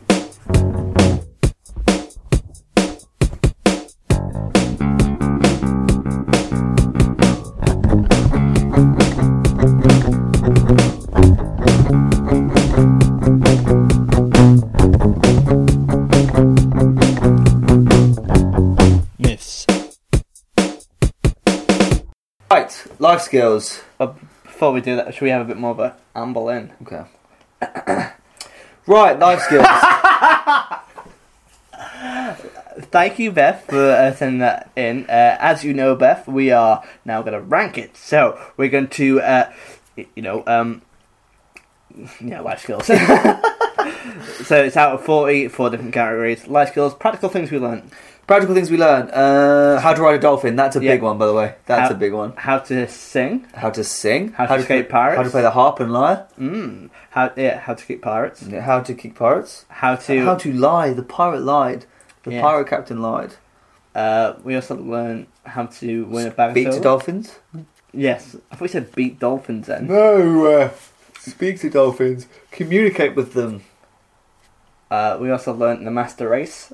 Speaker 2: Myths.
Speaker 3: Right, life skills.
Speaker 1: But before we do that, should we have a bit more of a Anne Boleyn?
Speaker 3: Okay. right, life skills.
Speaker 1: Thank you, Beth, for uh, sending that in. Uh, as you know, Beth, we are now going to rank it. So we're going to, uh, y- you know, um, yeah, life skills. so it's out of 40, four different categories. Life skills, practical things we learned,
Speaker 3: Practical things we learn. Uh, how to ride a dolphin. That's a
Speaker 1: Yeah.
Speaker 3: big one, by the way. That's
Speaker 1: How-
Speaker 3: a big one.
Speaker 1: how to sing,
Speaker 3: How to sing.
Speaker 1: How to escape pirates.
Speaker 3: How to play the harp and lyre.
Speaker 1: mm, how yeah, how to kick pirates,
Speaker 3: Yeah, How to kick pirates.
Speaker 1: how to,
Speaker 3: How to lie. The pirate lied. The
Speaker 1: Yeah.
Speaker 3: pirate captain lied.
Speaker 1: uh, we also learn how to win a bag
Speaker 3: Speak
Speaker 1: of
Speaker 3: to
Speaker 1: silver.
Speaker 3: dolphins.
Speaker 1: Yes, I thought you said beat dolphins then.
Speaker 3: No. Uh, speak to dolphins. Communicate with them.
Speaker 1: Uh, we also learned the master race.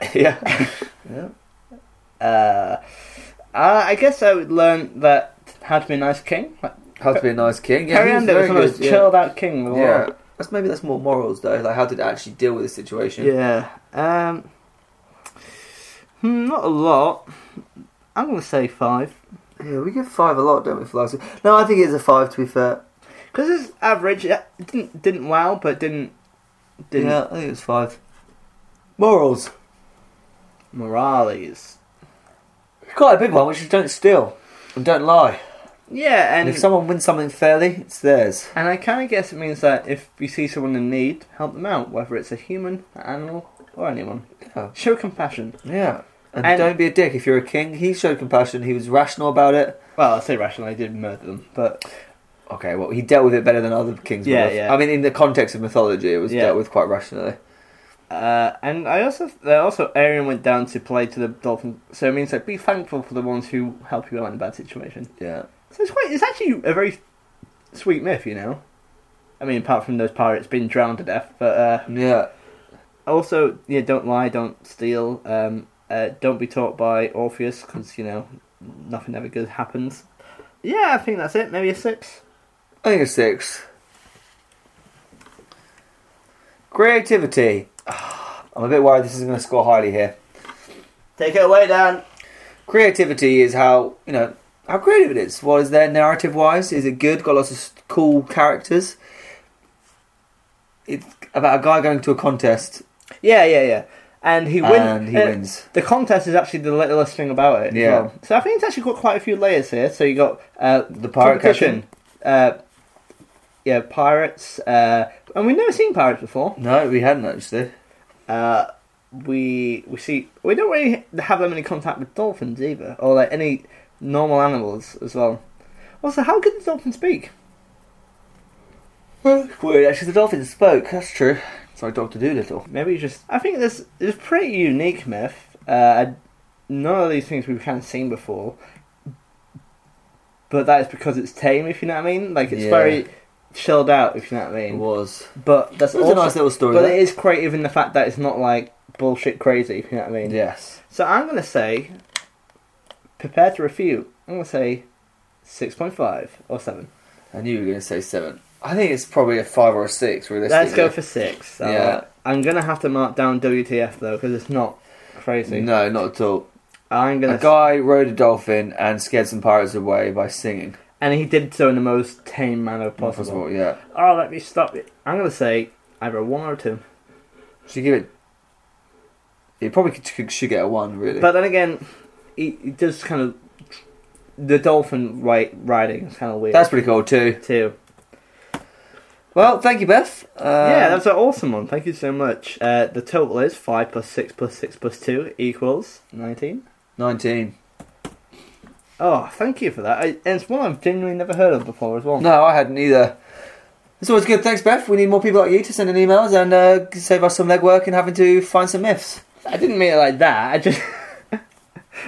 Speaker 3: yeah. yeah.
Speaker 1: uh, uh, I guess I would learn that how to be a nice king. Like,
Speaker 3: How to be a nice king. Yeah,
Speaker 1: Harry
Speaker 3: he's
Speaker 1: Ander was
Speaker 3: very
Speaker 1: the most
Speaker 3: good, yeah.
Speaker 1: chilled out king in the
Speaker 3: Yeah.
Speaker 1: world.
Speaker 3: That's, maybe that's more morals though. Like how to actually deal with the situation.
Speaker 1: Yeah. Um, hmm, not a lot. I'm going to say five.
Speaker 3: Yeah, we give five a lot, don't we, for last No, I think it's a five to be fair.
Speaker 1: Because it's average. It didn't, didn't wow, but didn't. didn't.
Speaker 3: Yeah, I think it's five. Morals.
Speaker 1: Morales.
Speaker 3: Quite a big one, which is don't steal and don't lie.
Speaker 1: Yeah, and.
Speaker 3: And if someone wins something fairly, it's theirs.
Speaker 1: and I kind of guess it means that if you see someone in need, help them out, whether it's a human, an animal, or anyone.
Speaker 3: Yeah.
Speaker 1: Show compassion.
Speaker 3: Yeah. And,
Speaker 1: And-
Speaker 3: don't be a dick if you're a king. He showed compassion, he was rational about it.
Speaker 1: Well, I say rational, I did murder them, but
Speaker 3: Okay, well, he dealt with it better than other kings
Speaker 1: Yeah,
Speaker 3: would have.
Speaker 1: yeah.
Speaker 3: I mean, in the context of mythology, it was
Speaker 1: Yeah.
Speaker 3: dealt with quite rationally.
Speaker 1: Uh, and I also uh, also Arian went down to play to the Dolphins, so it means like be thankful for the ones who help you out in a bad situation.
Speaker 3: Yeah.
Speaker 1: So it's quite it's actually a very sweet myth, you know. I mean, apart from those pirates being drowned to death, but uh,
Speaker 3: Yeah.
Speaker 1: also yeah, don't lie, don't steal, um, uh, don't be taught by Orpheus because you know nothing ever good happens. Yeah, I think that's it. Maybe a six.
Speaker 3: I think it's six. Creativity. I'm a bit worried this isn't going to score highly here.
Speaker 1: Take it away, Dan.
Speaker 3: creativity is how you know how creative it is. What is there narrative wise? Is it good? Got lots of s- cool characters. It's about a guy going to a contest
Speaker 1: Yeah, yeah, yeah. And he wins.
Speaker 3: and he wins.
Speaker 1: The contest is actually the littlest thing about it. as
Speaker 3: Yeah.
Speaker 1: well. So I think it's actually got quite a few layers here. So you got uh,
Speaker 3: The pirate
Speaker 1: competition, Uh, yeah, pirates. Uh, and we've never seen pirates before.
Speaker 3: No, we hadn't actually.
Speaker 1: Uh, we we see we don't really have that many contact with dolphins either, or like any normal animals as well. Also, how could the dolphin speak?
Speaker 3: Weird, actually, the dolphin spoke. That's true. Sorry, Doctor Doolittle.
Speaker 1: Maybe just I think this is a pretty unique myth. Uh, none of these things we've kind of seen before, but that is because it's tame. If you know what I mean, like it's
Speaker 3: Yeah.
Speaker 1: very chilled out. If you know what I
Speaker 3: It
Speaker 1: mean.
Speaker 3: was.
Speaker 1: But that's
Speaker 3: It was
Speaker 1: also,
Speaker 3: a nice little story.
Speaker 1: but
Speaker 3: though.
Speaker 1: it is creative in the fact that it's not like bullshit crazy. If you know what I mean.
Speaker 3: Yes.
Speaker 1: So I'm going to say, prepare to refute. I'm going to say 6.5 or 7.
Speaker 3: I knew you were going to say seven. I think it's probably a five or a six, realistically.
Speaker 1: Let's go for 6. So
Speaker 3: Yeah.
Speaker 1: I'm going to have to mark down WTF though, because it's not crazy.
Speaker 3: No, not at all.
Speaker 1: I'm going
Speaker 3: A
Speaker 1: to.
Speaker 3: guy rode a dolphin and scared some pirates away by singing.
Speaker 1: And he did so in the most tame manner possible.
Speaker 3: Possible, yeah.
Speaker 1: Oh, let me stop it. I'm going to say either a 1 or a 2.
Speaker 3: Should give it. He probably could, could- should get a one, really.
Speaker 1: But then again, he, he does kind of. The dolphin right, riding is kind of weird.
Speaker 3: that's pretty cool too.
Speaker 1: too.
Speaker 3: Well, thank you, Beth. Um,
Speaker 1: yeah, that's an awesome one. Thank you so much. Uh, the total is 5 plus 6 plus 6 plus 2 equals 19.
Speaker 3: nineteen.
Speaker 1: Oh, thank you for that. I, and it's one I've genuinely never heard of before as well.
Speaker 3: No, I hadn't either. It's always good. Thanks, Beth. We need more people like you to send in emails and uh, save us some legwork and having to find some myths.
Speaker 1: I didn't mean it like that. I just.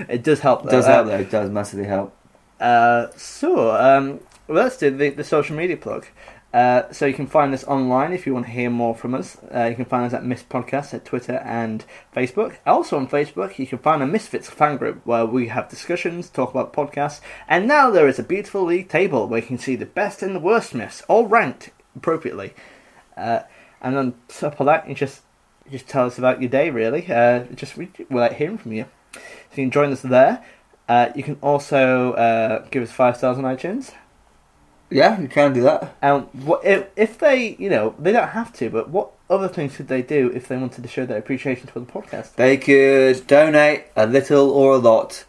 Speaker 1: it does help
Speaker 3: It
Speaker 1: though.
Speaker 3: does
Speaker 1: Uh,
Speaker 3: help, though. It does massively help.
Speaker 1: Uh, so, um, well, let's do the, the social media plug. Uh, so you can find us online if you want to hear more from us. Uh, you can find us at Miss Podcast at Twitter and Facebook. Also on Facebook, you can find a Misfits fan group where we have discussions, talk about podcasts, and now there is a beautiful league table where you can see the best and the worst myths, all ranked appropriately. Uh, and on top of that, you just you just tell us about your day. Really, uh, just we we like hearing from you. So you can join us there. Uh, you can also uh, give us five stars on iTunes.
Speaker 3: Yeah, you can do that.
Speaker 1: And what, if, if they, you know, they don't have to, but what other things could they do if they wanted to show their appreciation for the podcast?
Speaker 3: They could donate a little or a lot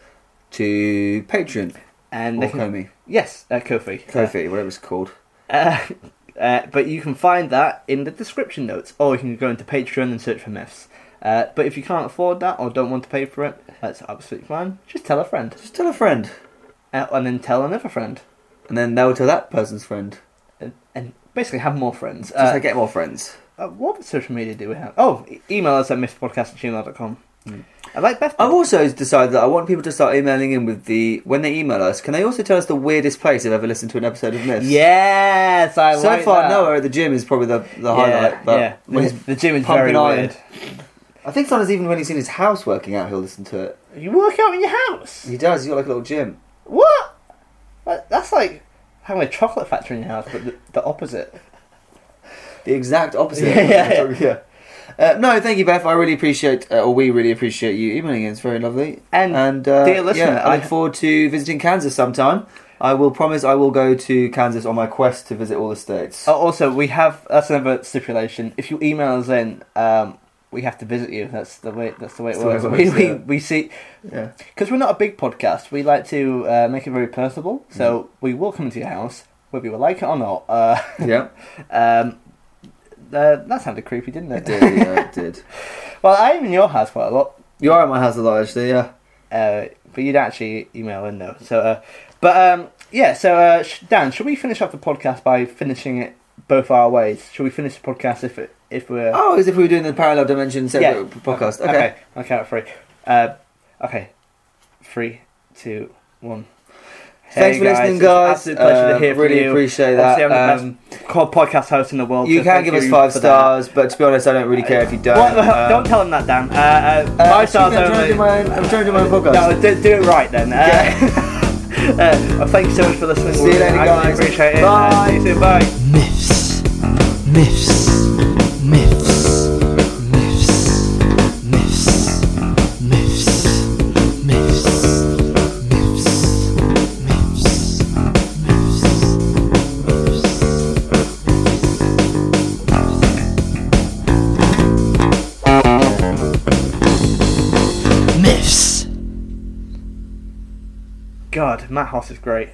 Speaker 3: to Patreon
Speaker 1: And
Speaker 3: or
Speaker 1: they can,
Speaker 3: Komi,
Speaker 1: yes, uh, Kofi.
Speaker 3: Kofi, whatever it's called.
Speaker 1: Uh, uh, but you can find that in the description notes, or you can go into Patreon and search for myths. Uh, but if you can't afford that or don't want to pay for it, that's absolutely fine. Just tell a friend,
Speaker 3: Just tell a friend,
Speaker 1: uh, and then tell another friend,
Speaker 3: and then they'll tell that person's friend.
Speaker 1: and, and basically have more friends.
Speaker 3: Just
Speaker 1: Uh,
Speaker 3: to get more friends.
Speaker 1: Uh, what social media do we have? Oh, e- email us at mythpodcast@gmail.com. I like Beth.
Speaker 3: I've also decided that I want people to start emailing in with the when they email us. Can they also tell us the weirdest place they've ever listened to an episode of this?
Speaker 1: yes, I
Speaker 3: So
Speaker 1: like
Speaker 3: far,
Speaker 1: that.
Speaker 3: nowhere at the gym is probably the, the highlight. But
Speaker 1: yeah,
Speaker 3: when
Speaker 1: the,
Speaker 3: he's-
Speaker 1: the gym is
Speaker 3: pumping
Speaker 1: very
Speaker 3: iron.
Speaker 1: weird.
Speaker 3: I think sometimes even when he's in his house working out, he'll listen to it.
Speaker 1: You work out in your house?
Speaker 3: He does. He's got like a little gym.
Speaker 1: What? That- That's like having a chocolate factory in your house, but the, the opposite.
Speaker 3: The exact opposite.
Speaker 1: Yeah, yeah,
Speaker 3: yeah. Uh, no, thank you, Beth. I really appreciate, uh, or we really appreciate you emailing. in. It's very lovely.
Speaker 1: And,
Speaker 3: And uh,
Speaker 1: dear listener,
Speaker 3: yeah, I look
Speaker 1: I-
Speaker 3: forward to visiting Kansas sometime. I will promise I will go to Kansas on my quest to visit all the states.
Speaker 1: oh, also, we have that's another stipulation. If you email us in, um, we have to visit you. That's the way. That's the way it
Speaker 3: That's
Speaker 1: works.
Speaker 3: the way
Speaker 1: we,
Speaker 3: it works,
Speaker 1: we,
Speaker 3: yeah.
Speaker 1: we see
Speaker 3: Yeah.
Speaker 1: Because we're not a big podcast, we like to uh, make it very personable.
Speaker 3: Mm-hmm.
Speaker 1: So we will come into your house, whether you like it or not. Uh,
Speaker 3: Yeah.
Speaker 1: um, uh, that sounded creepy, didn't
Speaker 3: I
Speaker 1: it?
Speaker 3: did. Yeah, I did.
Speaker 1: well, I am in your house quite a lot,
Speaker 3: You are at my house a lot, actually. Yeah.
Speaker 1: uh, but you'd actually email in though. So, uh, but um, yeah. So uh, sh- Dan, should we finish off the podcast by finishing it both our ways? Should we finish the podcast if it, if we're
Speaker 3: Oh, as if we were doing the parallel dimension separate
Speaker 1: Yeah.
Speaker 3: podcast. Okay.
Speaker 1: okay? I'll count three. Uh, okay, three, two, one.
Speaker 3: Thanks
Speaker 1: Hey,
Speaker 3: for listening,
Speaker 1: It's an
Speaker 3: guys.
Speaker 1: absolute pleasure to
Speaker 3: Um,
Speaker 1: hear from
Speaker 3: really
Speaker 1: you.
Speaker 3: appreciate that.
Speaker 1: Obviously, I'm the
Speaker 3: Um,
Speaker 1: best co- podcast host in the world.
Speaker 3: You
Speaker 1: so
Speaker 3: can
Speaker 1: thank
Speaker 3: give us five
Speaker 1: for that.
Speaker 3: stars, but to be honest, I don't really care if you don't.
Speaker 1: What the hell?
Speaker 3: Um,
Speaker 1: don't tell him that, Dan. Uh, uh,
Speaker 3: uh,
Speaker 1: five stars
Speaker 3: I'm trying to
Speaker 1: only.
Speaker 3: do my own, I'm trying to do my own podcast.
Speaker 1: No, do, do it right then. Uh, uh, well, thank you so much for listening.
Speaker 3: See you later,
Speaker 1: I really
Speaker 3: guys.
Speaker 1: appreciate it. Uh,
Speaker 3: Bye.
Speaker 1: see you soon. Bye.
Speaker 2: Myths. Myths. Myths. Myths. Myths. Myths. Myths.
Speaker 1: God, Matt Hoss is great.